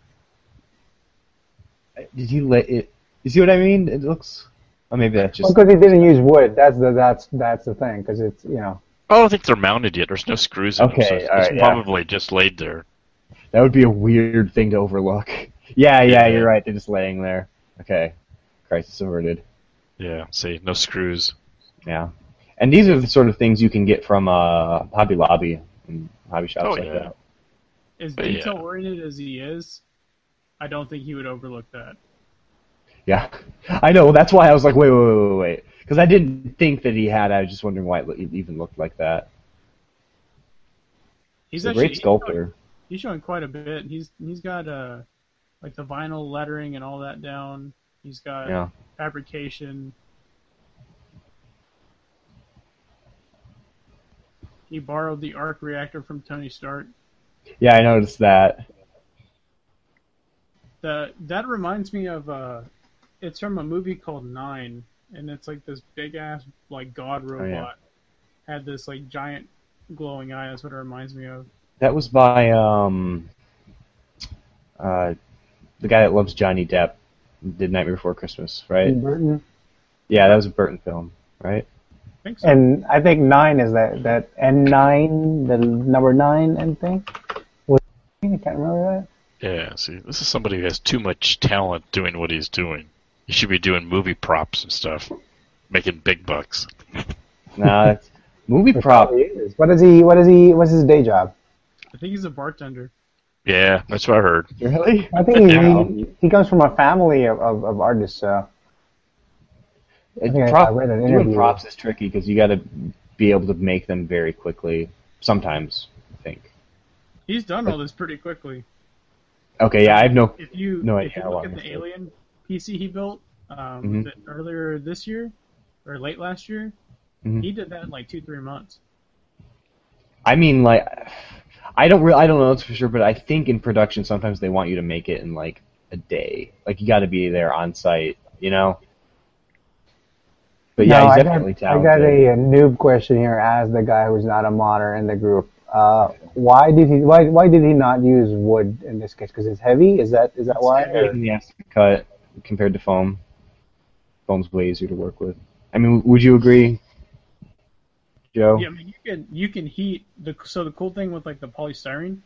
Did he let it? You see what I mean? It looks. Oh, maybe that's just. Because he didn't use wood. That's the that's that's the thing. Because it's you know Oh, I don't think they're mounted yet. There's no screws in them, Okay, so it's alright, yeah. probably just laid there. That would be a weird thing to overlook. Yeah, Yeah. yeah, you're right. They're just laying there. Okay, crisis averted. Yeah, see, no screws. Yeah, and these are the sort of things you can get from uh, Hobby Lobby and hobby shops Oh, like yeah. that. As But yeah. detail oriented as he is, I don't think he would overlook that. Yeah, I know. That's why I was like, wait, wait, wait, wait, wait, because I didn't think that he had. I was just wondering why it lo- it even looked like that. He's He's a actually great he's showing- sculptor. He's showing quite a bit. He's he's got uh like the vinyl lettering and all that down. He's uh, got Yeah. fabrication. He borrowed the arc reactor from Tony Stark. Yeah, I noticed that. The that reminds me of uh, it's from a movie called Nine. and it's like this big ass like god yeah. robot had this like giant glowing eye. That's what it reminds me of. That was by um, uh, the guy that loves Johnny Depp did Nightmare Before Christmas, right? Tim Burton. Yeah, that was a Burton film, right? I think so. And I think nine is that that N nine, the number nine and thing. Was- I can't remember Yeah, see, this is somebody who has too much talent doing what he's doing. He should be doing movie props and stuff, making big bucks. Nah, that's- movie that. prop. What is he? What is he? What's his day job? I think he's a bartender. Yeah, that's what I heard. Really? I think Yeah. he, he, he comes from a family of, of, of artists. So It, think I- prop, I read an doing interview. props is tricky because you got to be able to make them very quickly. Sometimes, I think. He's done all this pretty quickly. Okay, yeah, I have no. If you No if idea you how look long at it's the been. alien PC he built um, Mhm. that earlier this year or late last year, Mhm. he did that in like two three months. I mean, like, I don't really, I don't know this for sure, but I think in production sometimes they want you to make it in like a day. Like you got to be there on site, you know. But yeah, No, he's I definitely got, I talented. got a, uh, noob question here as the guy who's not a modder in the group. Uh, why did he? Why, why did he not use wood in this case? Because it's heavy. Is that is that why? Everything he has to cut compared to foam. Foam's way easier to work with. I mean, would you agree, Joe? Yeah, I mean, you can you can heat the so the cool thing with like the polystyrene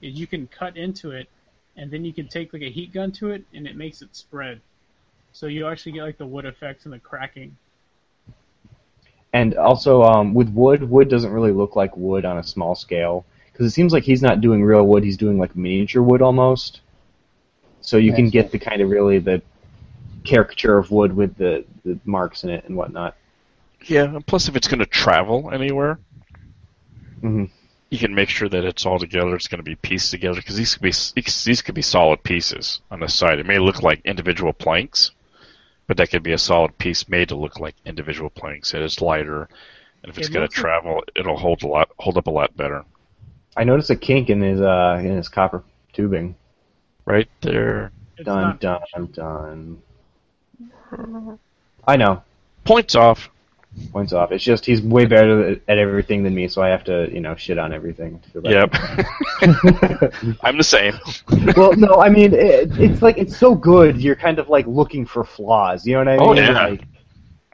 is you can cut into it, and then you can take like a heat gun to it, and it makes it spread. So you actually get like the wood effects and the cracking. And also, um, with wood, wood doesn't really look like wood on a small scale because it seems like he's not doing real wood. He's doing like miniature wood almost. So you can Yes. get the kind of really the caricature of wood with the, the marks in it and whatnot. Yeah, and plus if it's going to travel anywhere, hmm you can make sure that it's all together. It's going to be pieced together because these could be these these could be solid pieces on the side. It may look like individual planks, but that could be a solid piece made to look like individual planks. It is lighter, and if it's It going to looks like- travel, it'll hold a lot hold up a lot better. I noticed a kink in his uh, in his copper tubing. Right there, It's Dun not dun dun. I know. points off. Points off. It's just he's way better at everything than me, so I have to you know shit on everything. To feel bad. Yep, I'm the same. well, no, I mean it, it's like it's so good. You're kind of like looking for flaws. You know what I mean? Oh, yeah. Like,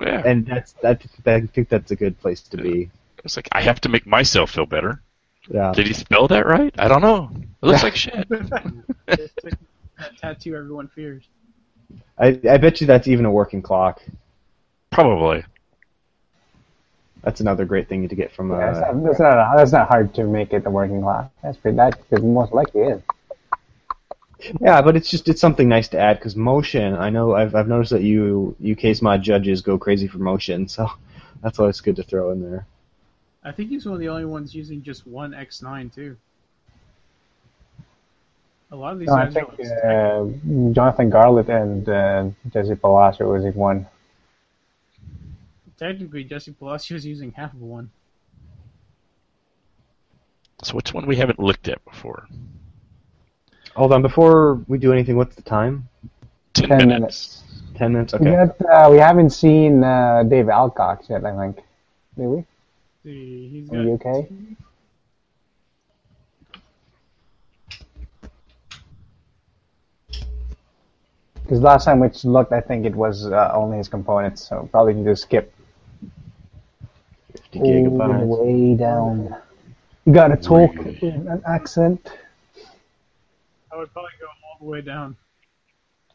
Yeah. and that's that. I think that's a good place to be. It's like I have to make myself feel better. Yeah. Did he spell that right? I don't know. It looks like shit. it's like that tattoo everyone fears. I I bet you that's even a working clock. Probably. That's another great thing to get from. Uh, Yeah, it's not- that's not that's not hard to make it the working class. That's pretty. That is most likely is. yeah, but it's just it's something nice to add because motion. I know I've I've noticed that you you case mod judges go crazy for motion, so that's always good to throw in there. I think he's one of the only ones using just one X9 too. A lot of these No, I guys think are like uh, Jonathan Garlett and uh, Jesse Palacio was the one. technically Jesse Palacio is using half of one. So what's one we haven't looked at before? Hold on, before we do anything, what's the time? Ten, Ten minutes. Ten minutes. We, Okay. got, uh, we haven't seen uh, Dave Alcox yet. I think. Did we? See, he's Are got you okay? Because last time we looked, I think it was uh, only his components, so probably need to skip Fifty gigabytes. way down. You gotta talk in an accent. I would probably go all the way down.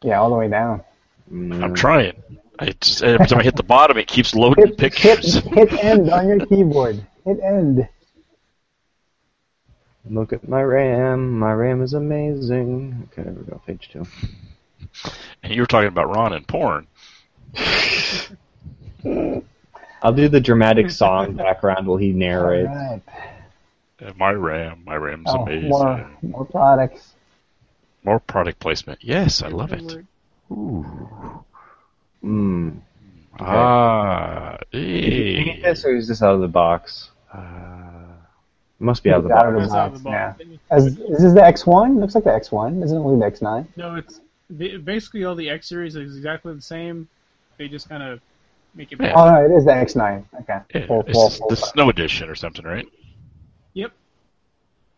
Yeah, all the way down. I'm Mm. trying. I just, every time I hit the bottom, it keeps loading Hit, hit, pictures. hit end on your keyboard. Hit end. Look at my RAM. My RAM is amazing. Okay, there we go. Page two. and you were talking about Ron and porn. I'll do the dramatic song background while he narrates. Alright. Uh, My RAM, my RAM's Oh, amazing. more, more products. More product placement. Yes, I love it. Ooh. Mm. Ah. Did you get eh. this or is this out of the box? Uh, It must be out of the It's out box. of the That's out of box, the box. As, is this the X1? Looks like the X1. Isn't it only the X9? No, it's the, basically all the X series is exactly the same. They just kind of Make it Yeah. black. Oh no, it is the X9. Okay. Yeah, Full- Eh, it's full- just full- the snow edition or something, right? Yep.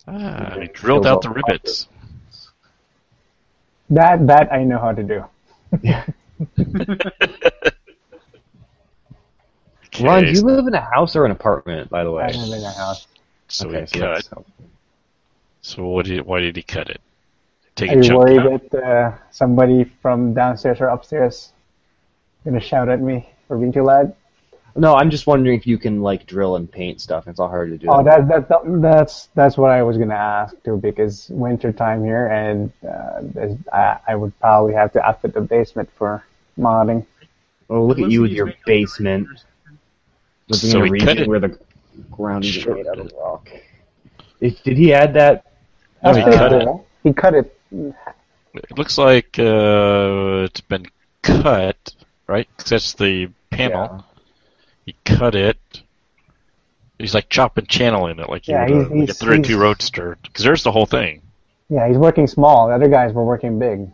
Ah, they drilled out the rivets. That that I know how to do. Okay, Ron, do you live in a house or an apartment, by the way? I live in a house. so okay, he so cut. that's helpful. So what did, why did he cut it? Take Are a you chunk worried out. that uh, somebody from downstairs or upstairs gonna shout at me for being too loud? No, I'm just wondering if you can like drill and paint stuff. It's all hard to do. Oh, that, that, that that's that's what I was gonna ask too, because winter time here, and uh, there's- I, I would probably have to outfit the basement for modding. oh, look at It looks you like with he's your making up the basement. rafters. living So in a he cut region it. where the ground is Sure. made out of rock. If, did he add that? No, Oh, he Upstairs, cut it. uh, He cut it. It looks like uh, it's been cut, right? 'Cause that's the panel. He cut it. He's like chopping channeling it, like you Yeah, would, uh, he's- like a he's- 32 he's- roadster. Because there's the whole thing. Yeah, he's working small. The other guys were working big.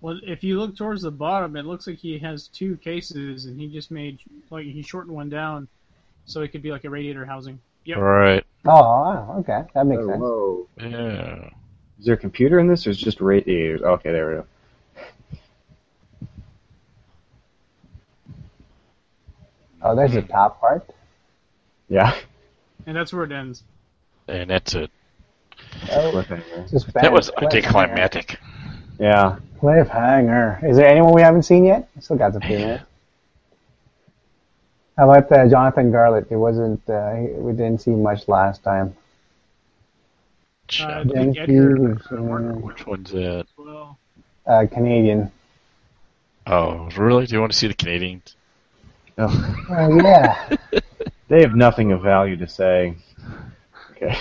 Well, if you look towards the bottom, it looks like he has two cases, and he just made like he shortened one down, so it could be like a radiator housing. Yep. Right. Oh, wow, okay, that makes Oh, sense. whoa. Yeah. Is there a computer in this, or is it just radiators? Okay, there we go. Oh, there's the top part. Yeah. And that's where it ends. And that's it. Oh, Cliffhanger. just That was anticlimactic. Yeah. Cliffhanger. Is there anyone we haven't seen yet? Still got the few minutes. How about uh, Jonathan Garlett? He wasn't. Uh, he, we didn't see much last time. Uh, Shit. the Thank Edgar, you. uh, Martin Ward Which one's that? as well. Uh, Canadian. Oh, really? Do you want to see the Canadians? Oh, Oh yeah. they have nothing of value to say. Okay.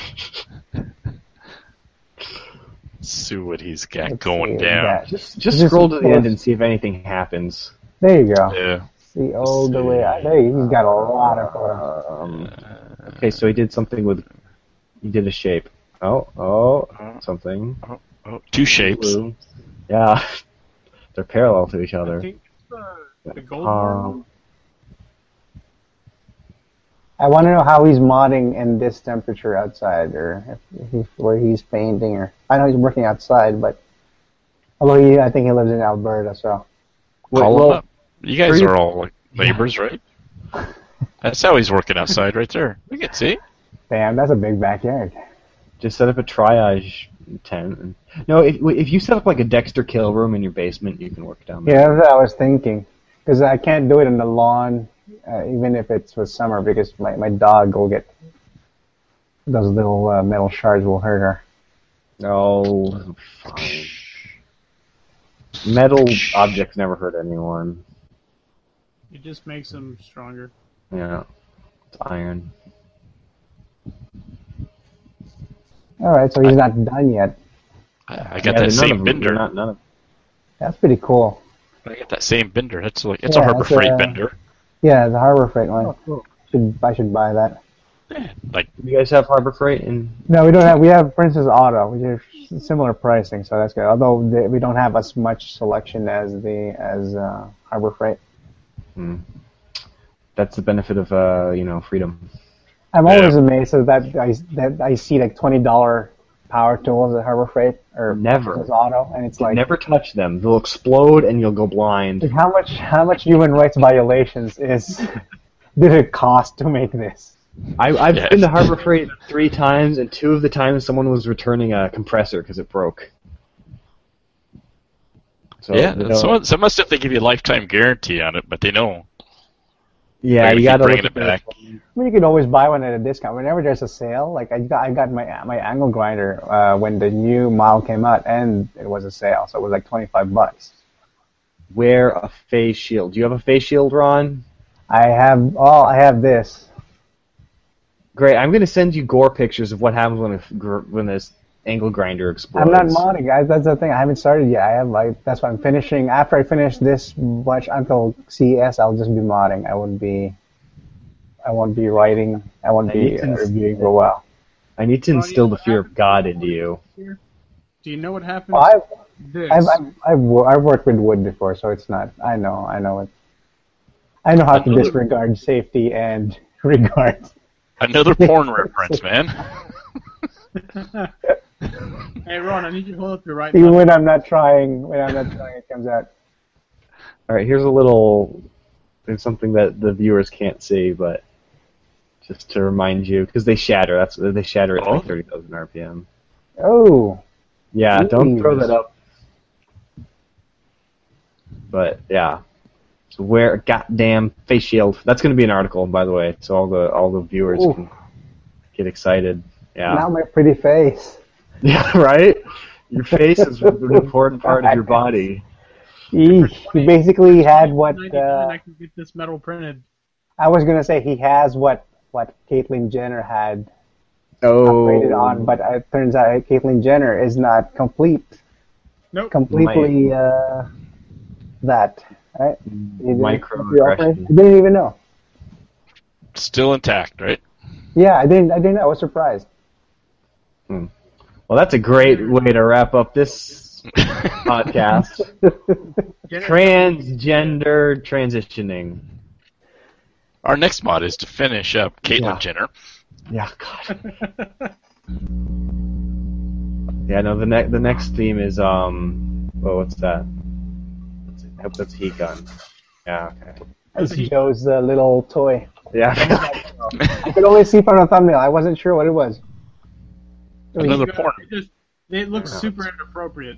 See what he's got Let's going see, down. that. Just just Just- scroll to the end and see if anything happens. There you go. Yeah. See all the way. out. There you, he's got a lot of photos. Um, Uh, okay, so he did something with. He did a shape. Oh, oh, something. Oh, two shapes. Blue. Yeah. They're parallel to each I other. think uh, the gold Um, one. I want to know how he's modding in this temperature outside, or if he, where he's painting, or I know he's working outside, but although he, I think he lives in Alberta, so Wait, Call 'em well, up. You guys Pretty- are all like neighbors, right? That's how he's working outside right there. We can see. damn, that's a big backyard. Just set up a triage tent. And, no, if if you set up like a Dexter kill room in your basement, you can work down there. Yeah, that's what I was thinking, because I can't do it in the lawn, uh, even if it's with summer, because my, my dog will get those little uh, metal shards will hurt her. No, fine. Metal objects never hurt anyone. It just makes them stronger. Yeah, it's iron. All right, so he's not done yet. I I got Yeah, they're that none of same them- they're bender. Not, none of That's pretty cool. I got that same bender. That's like it's a Yeah, Harbor that's Freight uh, a- bender. Yeah, the Harbor Freight one. Should I should buy that. Like you guys have Harbor Freight and No, we don't have. We have Princess Auto, which is s- similar pricing, so that's good. Although the, we don't have as much selection as the as uh, Harbor Freight. that's the benefit of uh, you know freedom. I'm Yeah. always amazed at that I that I see like twenty dollar power tools at Harbor Freight or Never. Princess Auto, and it's like, Never touch them; they'll explode and you'll go like, blind. how much how much human rights violations is did it cost to make this? I, I've Yeah. been to Harbor Freight three times, and two of the times someone was returning a compressor because it broke. So, yeah, you know, some some of the stuff they give you a lifetime guarantee on it, but they know yeah, they're gonna you keep gotta bringing look it back. at the- I mean, you could always buy one at a discount. Whenever there's a sale, like I got, I got my my angle grinder uh, when the new model came out, and it was a sale, so it was like twenty five bucks. Wear a face shield. Do you have a face shield, Ron? I have oh, I have this. Great. I'm gonna send you gore pictures of what happens when a f- gr- when this angle grinder explodes. I'm not modding, guys. That's the thing. I haven't started yet. I have like that's why I'm finishing. After I finish this much until CES, I'll just be modding. I won't be. I won't be writing. I won't I be need uh, to- reviewing for a while. I need to instill the fear of God into you. Do you know what happens? Well, I've this. I've I've, I've, wo- I've worked with wood before, so it's not. I know. I know it. I know how to Another- disregard safety and regard. Another porn reference, man. Hey Ron, I need you to hold up your right. Even Left. when I'm not trying, when I'm not trying, it comes out. All right, here's a little. There's something that the viewers can't see, but just to remind you, because they shatter. That's they shatter at Oh. like 30,000 RPM. Oh, Yeah, don't Ooh. throw that up. But yeah, so wear a goddamn face shield. That's going to be an article, by the way, so all the all the viewers Ooh. can get excited. Yeah. not my pretty face. Yeah, right? Your face is an important part of your body. He, he basically had what 99, uh, I can get this metal printed. I was gonna say. He has what what Caitlyn Jenner had Oh. upgraded on, but it turns out Caitlyn Jenner is not complete, Nope. completely uh, that. Right? You didn't- Microaggression. I didn't even know. Still intact, right? Yeah, I didn't. I didn't. I was surprised. Well, that's a great way to wrap up this podcast. Get it? Transgender transitioning. Our next mod is to finish up Caitlyn Yeah. Jenner. Yeah, God. yeah, no. The next the next theme is um. Oh, what's that? I hope that's heat gun. Yeah. Okay. It's Joe's uh, little toy. Yeah. I could only see from the thumbnail. I wasn't sure what it was. Another You got- porn. It, just, it looks super inappropriate,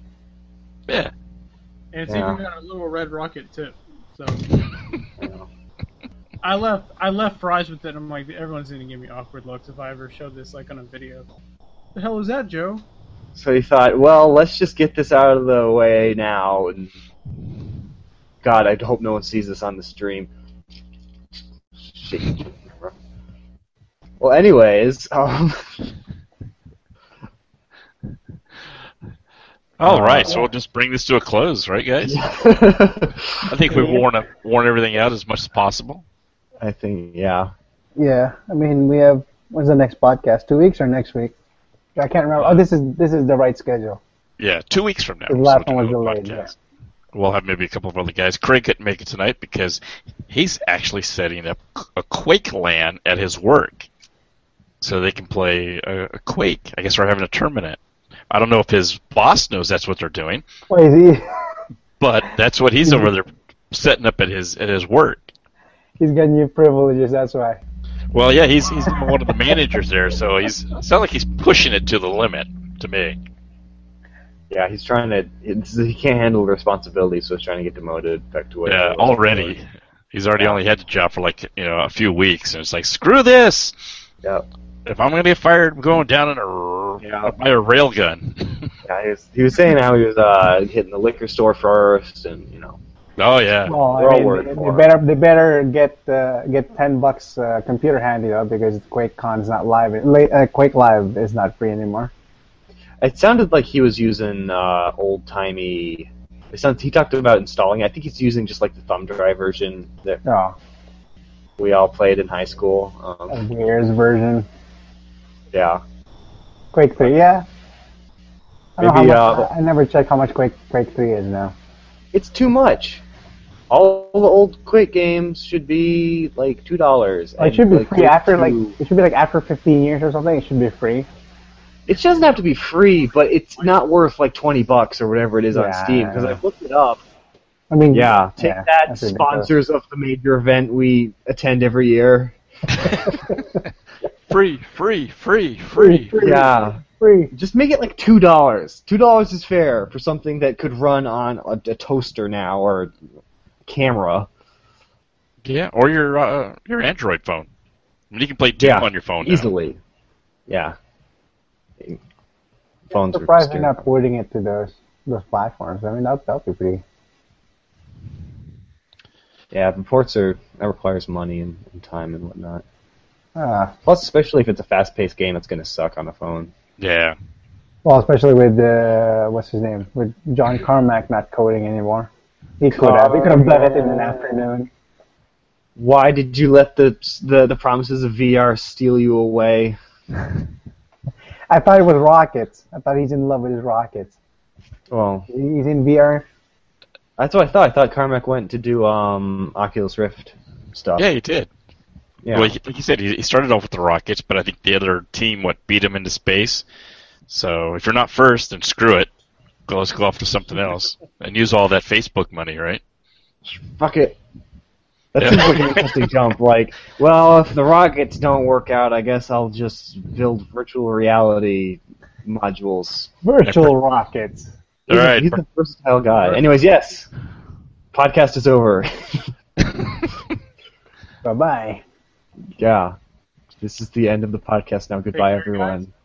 Yeah. and it's Yeah. even got a little red rocket tip. So I left. I left fries with it. I'm like, everyone's gonna give me awkward looks if I ever showed this like on a video. The hell is that, Joe? so he thought, well, let's just get this out of the way now. And God, I hope no one sees this on the stream. Shit. Well, anyways, um, All right, so we'll just bring this to a close, right, guys? I think we've worn up, worn everything out as much as possible. I think yeah. Yeah, I mean, we have when's the next podcast? Two weeks or next week? I can't remember. Oh, this is this is the right schedule. Yeah, two weeks from now. The last we'll one do was a delayed, podcast. We'll have maybe a couple of other guys. Craig couldn't make it tonight because he's actually setting up a Quake LAN at his work, so they can play a, a Quake. I guess we're having a tournament. I don't know if his boss knows that's what they're doing, Wait, is he, but that's what he's over there setting up at his at his work. he's got new privileges. That's why. Well, yeah, he's he's one of the managers there, so he's it's not like he's pushing it to the limit to me. Yeah, he's trying to. It's, he can't handle the responsibility, so he's trying to get demoted back to what. he Yeah, was. already. He's already only had the job for like you know a few weeks, and it's like screw this. Yeah, If I'm gonna get fired, I'm going down in a Yeah. by a railgun. yeah he, was, he was saying how he was uh, hitting the liquor store first, and you know. oh yeah, Well, I We're all mean, worried they, for they him. better they better get uh, get ten bucks uh, computer handy though because QuakeCon's not live. La- uh, Quake Live is not free anymore. It sounded like he was using uh, old timey. It sounds. He talked about installing. I think he's using just like the thumb drive version that Oh, we all played in high school. a Um, Gears version, yeah, Quake Three. Yeah. I, don't know Maybe, how much, uh, I I never check how much Quake Quake Three is now. it's too much. All the old Quake games should be like two dollars. It should be free after like it should be like after 15 years or something. It should be free. It doesn't have to be free, but it's not worth like twenty bucks or whatever it is on Yeah. Steam because I've looked it up. I mean, Yeah, take that, that's ridiculous. sponsors of the major event we attend every year. free, free, free, free. Yeah, free. just make it like two dollars. Two dollars is fair for something that could run on a, a toaster now or a camera. Yeah, or your uh, your Android phone. I mean, you can play Doom Yeah, on your phone now. easily. Yeah, phones are Surprised they're scary. not porting it to those those platforms. I mean, that that'd be pretty. Yeah, the ports are that requires money and, and time and whatnot. Uh, Plus, especially if it's a fast-paced game, it's gonna suck on the phone. Yeah, well, especially with uh, what's his name with John Carmack not coding anymore. He could have. He could have done it in an afternoon. Why did you let the the, the promises of VR steal you away? I thought it was rockets. I thought he's in love with his rockets. Well, He's in VR. that's what I thought. I thought Carmack went to do um, Oculus Rift. stuff. Yeah, he did. Yeah. Well, he, like you said, he, he started off with the Rockets, but I think the other team what beat him into space. So if you're not first, then screw it. Go, let's go off to something else and use all that Facebook money, right? Fuck it. That Yeah. seems like an interesting jump. Like, well, if the rockets don't work out, I guess I'll just build virtual reality modules. Virtual rockets. All He's, a- right. he's a versatile guy. Anyways, yes. Podcast is over. Bye bye. yeah. This is the end of the podcast now. Goodbye, care, everyone. guys.